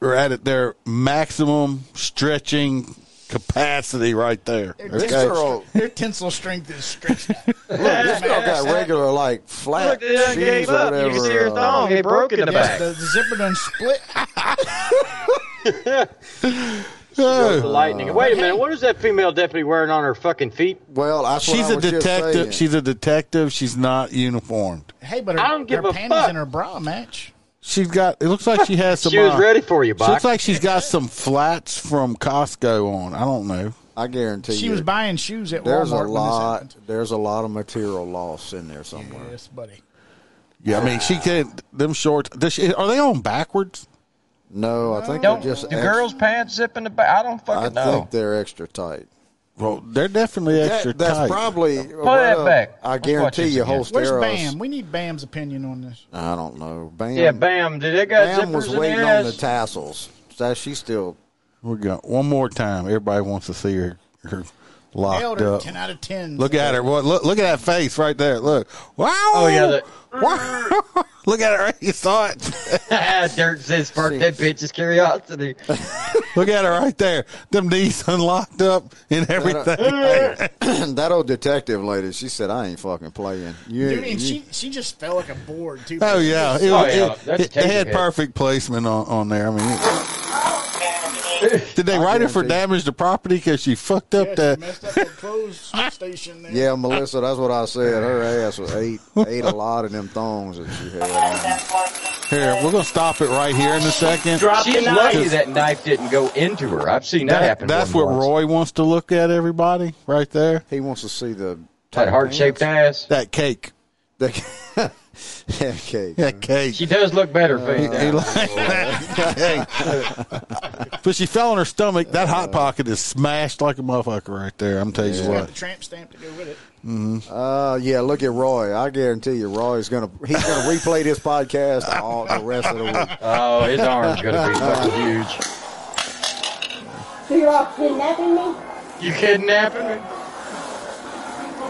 are at their maximum stretching capacity right there.
Their
This
tensile
girl-
stre- their tensile strength is stretched out.
Look, this girl got regular like flat
Look, they done
shoes
gave
or
up.
whatever.
You can see her
uh,
thong. It broke in the
Yes,
back.
the, the zipper done split.
The lightning. Wait a minute. What is that female deputy wearing on her fucking feet?
Well, that's what
She's
I
a
was just saying.
detective. She's a detective. She's not uniformed.
Hey, but her,
I don't give
her
a
panties
fuck.
and her bra match.
She's got. It looks like she has some.
She was
uh,
ready for you,
she looks
Bob.
like she's got some flats from Costco on. I don't know.
I guarantee
She
you.
was buying shoes at
there's
Walmart
a
when
lot.
this
There's a lot of material loss in there somewhere.
happened. Yes, buddy.
Yeah, I mean, she can't. Them shorts. Does she, are they on backwards?
No, I think
Don't
they're just
the
extra-
girl's pants zip in the back? I don't
I
fucking know.
think they're extra tight.
Well, they're definitely extra
That- that's
tight.
probably. Put
that back.
I
Let's watch
guarantee
this
you,
again.
Where's
Holsteros.
Bam? We need Bam's opinion on this.
I don't know. Bam.
Yeah, bam. Did it got
Bam
zippers
was
in
waiting
there?
on the tassels. So she's still.
we got one more time. Everybody wants to see her, her locked
Nailed her.
up.
10 out of 10.
Look at her. Boy, look, look at that face right there. Look. Wow.
Oh, yeah, that-
wow. look at it. Right? You saw it.
Ah, Dirt says spark that bitch's curiosity.
look at her right there. Them knees unlocked up and everything.
that old detective lady, she said, "I ain't fucking playing." You,
Dude, and
you-
she, she just fell like a board, too.
Oh yeah, it,
Oh,
was-
yeah.
it-
That's
it- they had
taking it.
perfect placement on, on there. I mean, it- did
Oh,
they write her for
guarantee.
damage to property because she fucked up
Yeah, she
that?
messed up the clothes station there.
yeah, Melissa, that's what I said. Her ass was ate ate a lot of them thongs that she had.
Here, we're gonna stop it right here in a second.
Drop the
She's
knife.
lucky that knife didn't go into her. I've seen that,
That-
happen.
that's
more
what
than once.
Roy wants to look at. Everybody, right there.
He wants to see the
That heart shaped ass.
That cake.
The, that cake.
That cake.
She does look better face
He
down.
likes that cake. but she fell on her stomach. That hot pocket is smashed like a motherfucker right there. I'm telling you
Got
what.
the tramp stamp to go with it.
Uh, yeah, look at Roy. I guarantee you, Roy's gonna he's gonna replay this podcast all the rest of the week.
Oh, his arm's gonna be fucking huge.
So you're all kidnapping me?
You kidnapping me?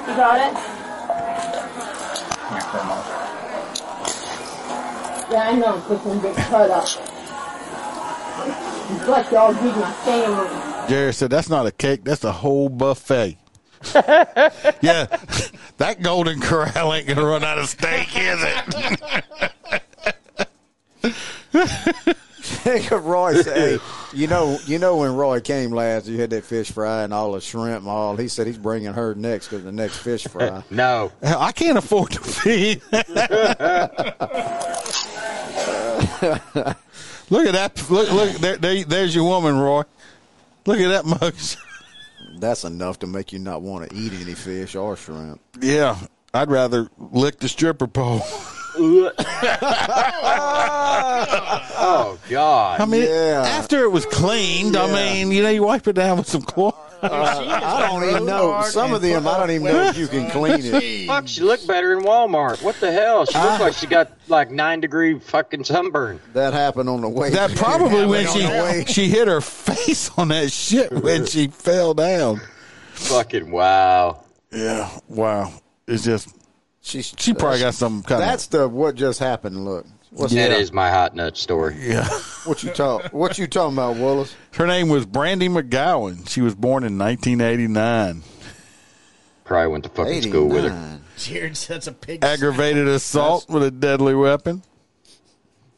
You got it? Yeah, I know I'm fixing to get cut up. But y'all give my family.
Jerry said, "That's not a cake. That's a whole buffet." yeah, that Golden Corral ain't gonna run out of steak, is it?
Think of Roy say, hey, you know, you know when Roy came last, you had that fish fry and all the shrimp and all. He said he's bringing her next because the next fish fry.
No.
Hell, I can't afford to feed. look at that! Look, look there, there, there's your woman, Roy. Look at that mug.
That's enough to make you not want to eat any fish or shrimp.
Yeah, I'd rather lick the stripper pole.
oh God!
I mean,
Yeah.
after it was cleaned, I
Yeah.
mean, you know, you wipe it down with some chlorine.
I don't even know. Some of them, I don't even know if you can clean it.
Fuck, she looked better in Walmart. What the hell? She looked like she got like nine degree fucking sunburn.
That happened on the way.
That probably when
On the
she
way.
she hit her face on that shit when she fell down.
Fucking wow.
Yeah, wow. It's just
She's,
she probably got some kind
That's the what just happened. Look, what's
That
that?
is my hot nut story.
of yeah.
What you talk? What you talking about, Wallace?
Her name was Brandy McGowan. She was born in 1989.
Probably went to fucking school with her.
89.
Jared, that's a pig.
Aggravated assault with a deadly weapon.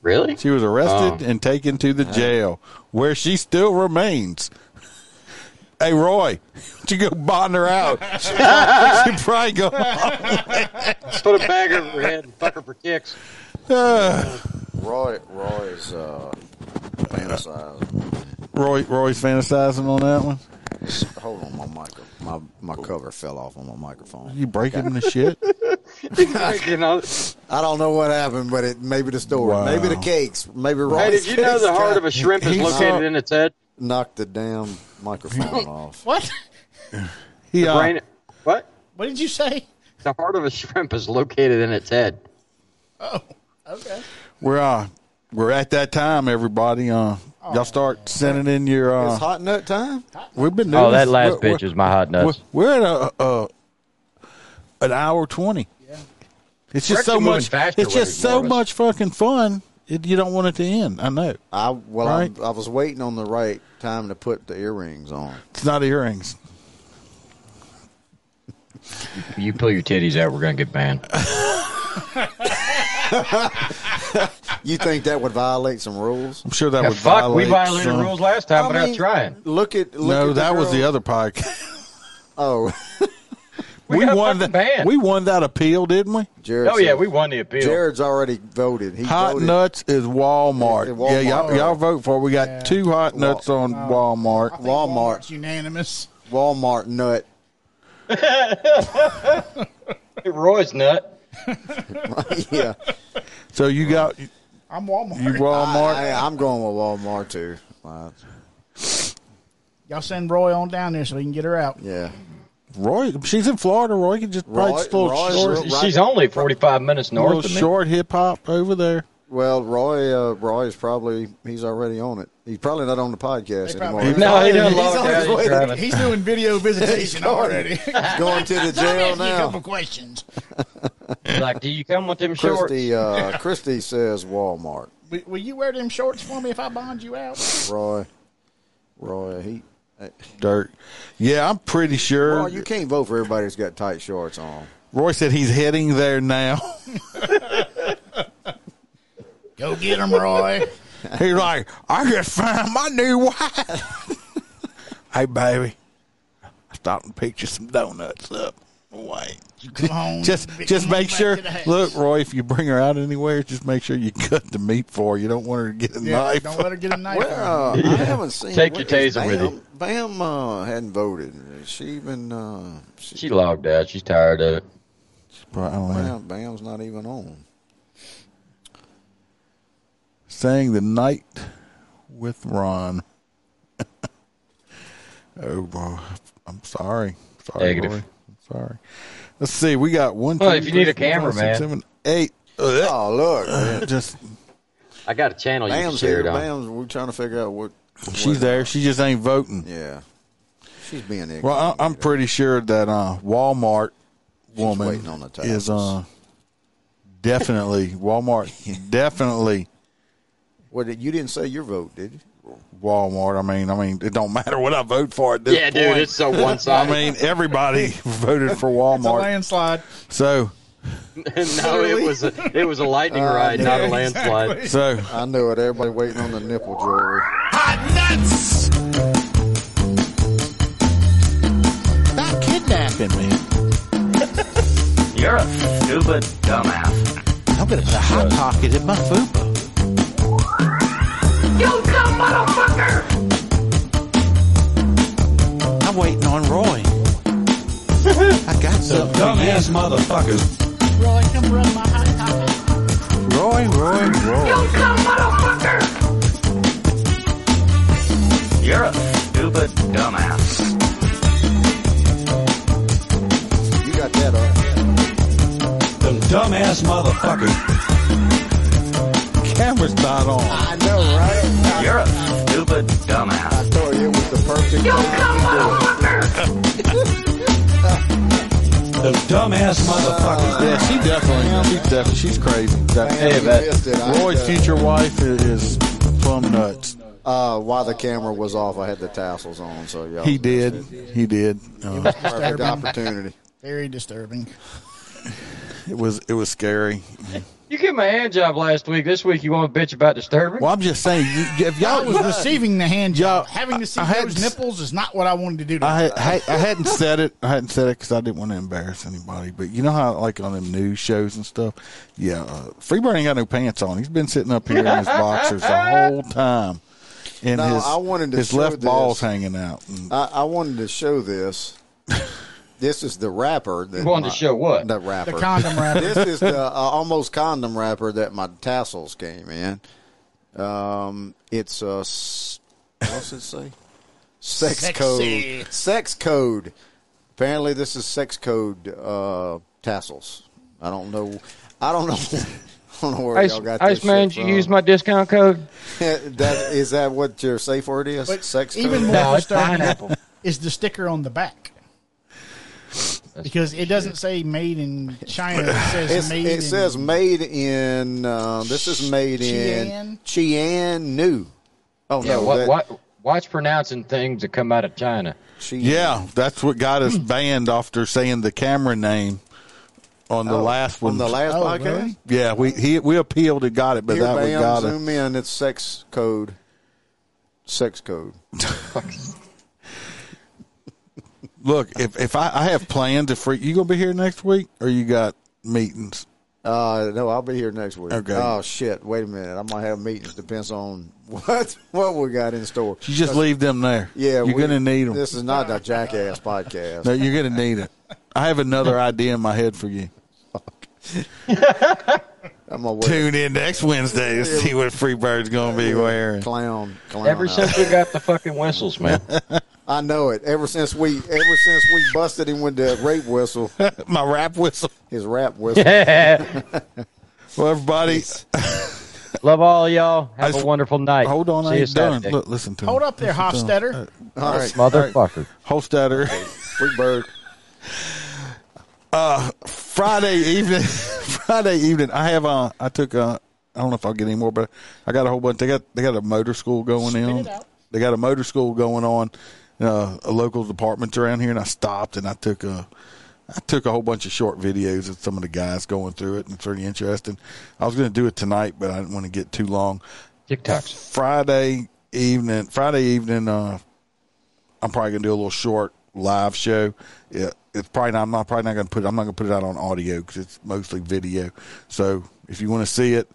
Really?
She was arrested
Oh.
and taken to the jail, where she still remains. Hey Roy, to go bond her out. She probably, she probably go.
Just put a bag over her head and fuck her for kicks.
Uh,
Roy, Roy's uh, fantasizing.
Roy, Roy's fantasizing on that one.
Hold on, my micro, my my cover fell off on my microphone.
You breaking the shit?
you know,
I don't know what happened, but it maybe the store,
Wow.
maybe the cakes, maybe Roy.
hey, did you know the heart of a shrimp is
He's
located
so-
in its head?
knocked the damn microphone off?
What?
He, uh,
Brain, what?
What did you say?
The heart of a shrimp is located in its head.
Oh, okay.
we're uh, we're at that time, everybody. Uh, y'all start sending in your.
It's
Uh,
hot nut time.
we've been doing
Oh, that
this-
last
we're-
bitch is my hot
We're,
nuts.
we're at a, a an hour twenty. Yeah, it's just
We're
so
actually moving
much.
faster
It's
with
just
it,
so
Morris.
much fucking fun. It, you don't want it to end. I know.
I well,
Right.
I, I was waiting on the right time to put the earrings on.
It's not earrings.
You pull your titties out, we're gonna get banned.
You think that would violate some rules?
I'm sure that
Yeah,
would
fuck, we
violate
violated
some-
rules last time
I
without
mean,
trying.
Look at look
No,
at
that was
girl-
the other podcast.
Oh,
We, got won
won that.
banned.
We won that appeal, didn't Oh, we?
Jared. said-
Oh, won the appeal.
Jared's already voted. He
Hot
voted.
nuts is Walmart.
Is it
Yeah, y'all,
Walmart?
y'all vote for. it. We got
Yeah.
two hot nuts on
I
Walmart.
think
Walmart.
Walmart's unanimous.
Walmart nut.
Roy's nut.
yeah,
So you got you
I'm Walmart.
Walmart.
I, I'm going with Walmart too. Uh,
Y'all send Roy on down there so we can get her out.
yeah,
Roy, she's in Florida. Roy can just
Roy-
probably just a little
Roy's
short,
real- Right.
She's only 45 minutes
little
north of me.
short hip hop over there.
Well, Roy, uh, Roy is probably he's already on it. He's probably not on the podcast
They
anymore.
probably-
No, he doesn't
He's
log
on his
out.
way
He's
to-
driving.
He's doing video visitation already.
He's going to the
Let me
jail
ask you a
now.
couple questions.
He's like, do you come with them shorts?
Christy, uh, Christy says Walmart.
Will, will you wear them shorts for me if I bond you out?
Roy, Roy, he.
Dirt. Yeah, I'm pretty sure.
Roy, you can't vote for everybody that's got tight shorts on.
Roy said he's heading there now.
Go get him, Roy.
he's like, I just found my new wife. hey, baby, I stopped and picked you some donuts up. Wait.
You come home.
Just,
come
just
on
make
back
sure.
to the house.
Look, Roy, if you bring her out anywhere, just make sure you cut the meat for her. You don't want her to get a
Yeah,
knife.
Don't let her get a knife.
Where, uh, I haven't seen.
Take your
where is
taser with
Bam?
you.
Bam uh, hadn't voted. She even. Uh, she,
She logged out. She's tired of it.
Bro, I don't know.
Bam, Bam's not even on.
Saying the night with Ron. oh boy, I'm sorry. Sorry,
Negative.
Roy. I'm sorry. Let's see. We got one.
Well,
two,
if you need
three,
a
four, five, six,
cameraman.
seven, eight. Ugh,
Oh look, man.
just
I got a channel you can
Bam's
share
here.
it on.
Bam's. We're trying to figure out what.
she's there. She just ain't voting.
Yeah, she's being.
Well, I, I'm
ignorant.
pretty sure that uh, Walmart woman
waiting on the taxes.
is uh, definitely Walmart. definitely
What did- you didn't say your vote, did you?
Walmart. I mean, I mean, it don't matter what I vote for at this
Yeah,
point.
dude, it's so one
I
sided.
mean, everybody voted for
It's a
Walmart.
landslide.
So,
no, it was a, it was a lightning
Uh,
ride, not a landslide.
so
I know it. Everybody waiting on the nipple jewelry.
not kidnapping me.
You're a stupid dumbass.
I'm gonna put a hot pocket in my fupa.
You dumb motherfucker!
I
waiting on Roy. I got something.
Dumbass motherfucker.
Roy, come run my hot topic. Roy, Roy, Roy.
You
dumb
motherfucker! You're a stupid dumbass.
You got that up.
The dumbass motherfucker.
Camera's not on.
I know, right?
You're a stupid dumbass.
I told you it was the perfect. You come
The dumbass motherfucker.
Yeah, she definitely. She definitely. She's crazy. Definitely.
Hey, man. Missed it. I-
Roy's future wife is, is plum nuts.
Uh, while the camera was off, I had the tassels on, so yeah.
He did. He did. Uh,
Perfect opportunity.
Very disturbing.
it was. It was scary.
You gave my hand job last week. This week you want to bitch about disturbance?
Well, I'm just saying. You, if
I
y'all
was receiving the hand job.
Yeah,
Having to see
Oh, I had
those
s-
nipples is not what I wanted to do. To
I, had- I, I hadn't said it. I hadn't said it because I didn't want to embarrass anybody. But you know how, like on them news shows and stuff. Yeah, uh, Freebird ain't got no pants on. He's been sitting up here in his boxers the whole time, and
No,
his
I wanted to
his
show
left
this.
ball's hanging out. Mm. And
I, I wanted to show this. This is the rapper. That
You wanted to
my-
show what?
The rapper.
The condom wrapper.
this is the uh, almost condom wrapper that my tassels came in. Um, it's a s- what's it say? Sex
Sexy.
code. Sex code. Apparently, this is sex code uh, tassels. I don't know. I don't know. I don't know where
Ice,
y'all got this.
Ice man,
shit
you
from.
use my discount code?
that is that what your safe word is?
But
sex code.
even more
No, it's
disturbing
pineapple.
is the sticker on the back. because it doesn't say made in China. It says
It's-
made in
it says made in. Uh, this is made in Qian New. Oh
Yeah,
no,
what,
that-
what, watch pronouncing things that come out of China.
Qian.
yeah, that's what got us banned after saying the camera name on the
Oh,
last one.
on the last
Oh,
podcast.
really?
yeah, we he, we appealed and got it, but
Here,
that was
bam,
got it.
zoom in. It's sex code. Sex code.
Look, if if I, I have planned to freak, you gonna be here next week, or you got meetings?
Uh, no, I'll be here next week.
Okay.
Oh shit! Wait a minute. I might have meetings. Depends on what what we got in store.
You just leave them there.
Yeah,
you're
we-
gonna need them.
This is not a jackass podcast.
No, you're gonna need it. I have another idea in my head for you.
I'm a
Tune in next Wednesday to see what Freebird's gonna be wearing.
clown. Clown.
Ever
out.
since we got the fucking whistles, man.
I know it. Ever since we, ever since we busted him with the rape whistle,
My rap whistle.
his rap whistle.
Well, everybody,
Love all y'all.
I
Have
just-
a wonderful night.
hold on.
See
I
you
ain't done.
Saturday.
Look, listen to
Hold
me.
up there,
Listen to me.
Hofstetter.
Uh,
All right,
Motherfucker.
Hofstadter.
Freebird.
Friday evening, Friday evening, I have uh, I took uh, I don't know if I'll get any more, but I got a whole bunch. They got they got a motor school going
Spit
on.
it out.
They got a motor school going on. Uh, a local departments around here, and I stopped and I took a, I took a whole bunch of short videos of some of the guys going through it, and it's pretty interesting. I was going to do it tonight, but I didn't want to get too long.
TikToks.
Friday evening, Friday evening, uh, I'm probably gonna do a little short live show. It, it's probably not, I'm not probably not gonna put it. I'm not gonna put it out on audio because it's mostly video. So if you want to see it,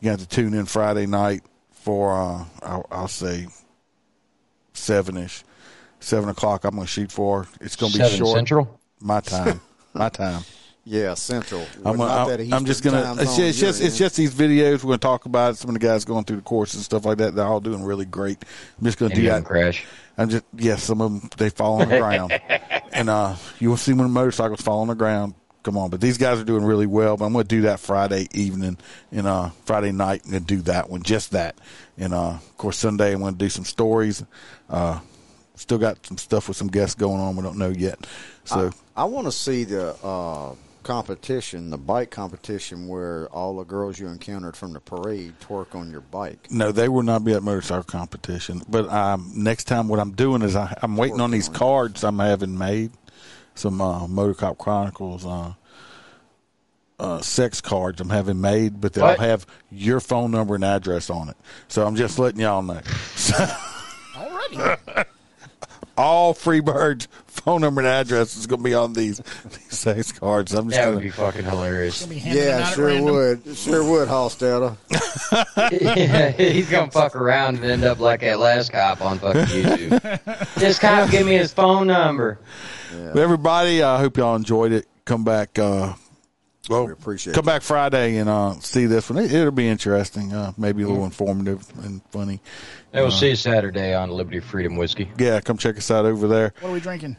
you have to tune in Friday night for uh, I'll, I'll say seven ish, seven o'clock. I'm gonna shoot for. It's gonna be
Seven
short.
Central.
My time. My time.
Yeah, Central.
I'm,
Well,
gonna,
not that
I'm, I'm just
Eastern
gonna.
time
It's
zone
just, it's
you're
just it's
in.
just these videos. We're gonna talk about it. some of the guys going through the course and stuff like that. They're all doing really great. I'm just gonna
And
do
you
that.
can crash.
I'm just yes, some of them they fall on the ground, and uh, you will see when motorcycles fall on the ground. Come on, but these guys are doing really well. But I'm going to do that Friday evening and uh, Friday night. and do that one, just that, and uh, of course Sunday I'm going to do some stories. Uh, still got some stuff with some guests going on. We don't know yet. So
I want to see the uh, competition, the bike competition, where all the girls you encountered from the parade twerk on your bike.
no, they will not be at motorcycle competition. But um, next time, what I'm doing is I, I'm waiting on these cards I'm having made, some uh, Motor Cop Chronicles uh, uh, sex cards I'm having made, but they'll
What?
have your phone number and address on it. So I'm just letting y'all know.
Already.
All Freebirds phone number and address is going to be on these these these cards. I'm just
That
gonna,
would be fucking hilarious.
Yeah, sure would. Sure would, Hostetler.
yeah, he's gonna fuck around and end up like that last cop on fucking YouTube. this cop gave me his phone number.
But Everybody, I hope y'all enjoyed it. Come back. Uh, well, we
appreciate
come back Friday and uh, see this one. It, it'll be interesting. Uh, maybe a little informative and funny.
And
Uh,
we'll see you Saturday on Liberty Freedom Whiskey.
Yeah, come check us out over there.
What are we drinking?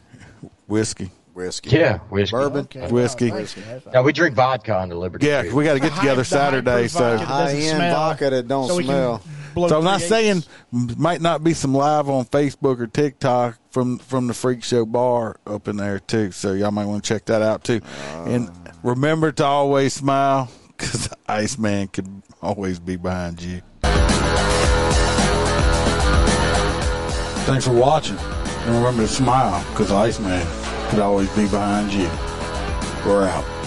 Whiskey.
Whiskey.
Yeah, whiskey.
Bourbon.
Whiskey.
Oh,
Now we drink vodka on the Liberty.
Yeah,
Freedom.
we got to get together Saturday. So
High-end vodka that don't
so we can
smell.
blow
So I'm not
three
saying m- might not be some live on Facebook or TikTok from from the Freak Show Bar up in there too. So y'all might want to check that out too. and remember to always smile because Iceman can always be behind you. Thanks for watching. And remember to smile because Iceman could always be behind you. We're out.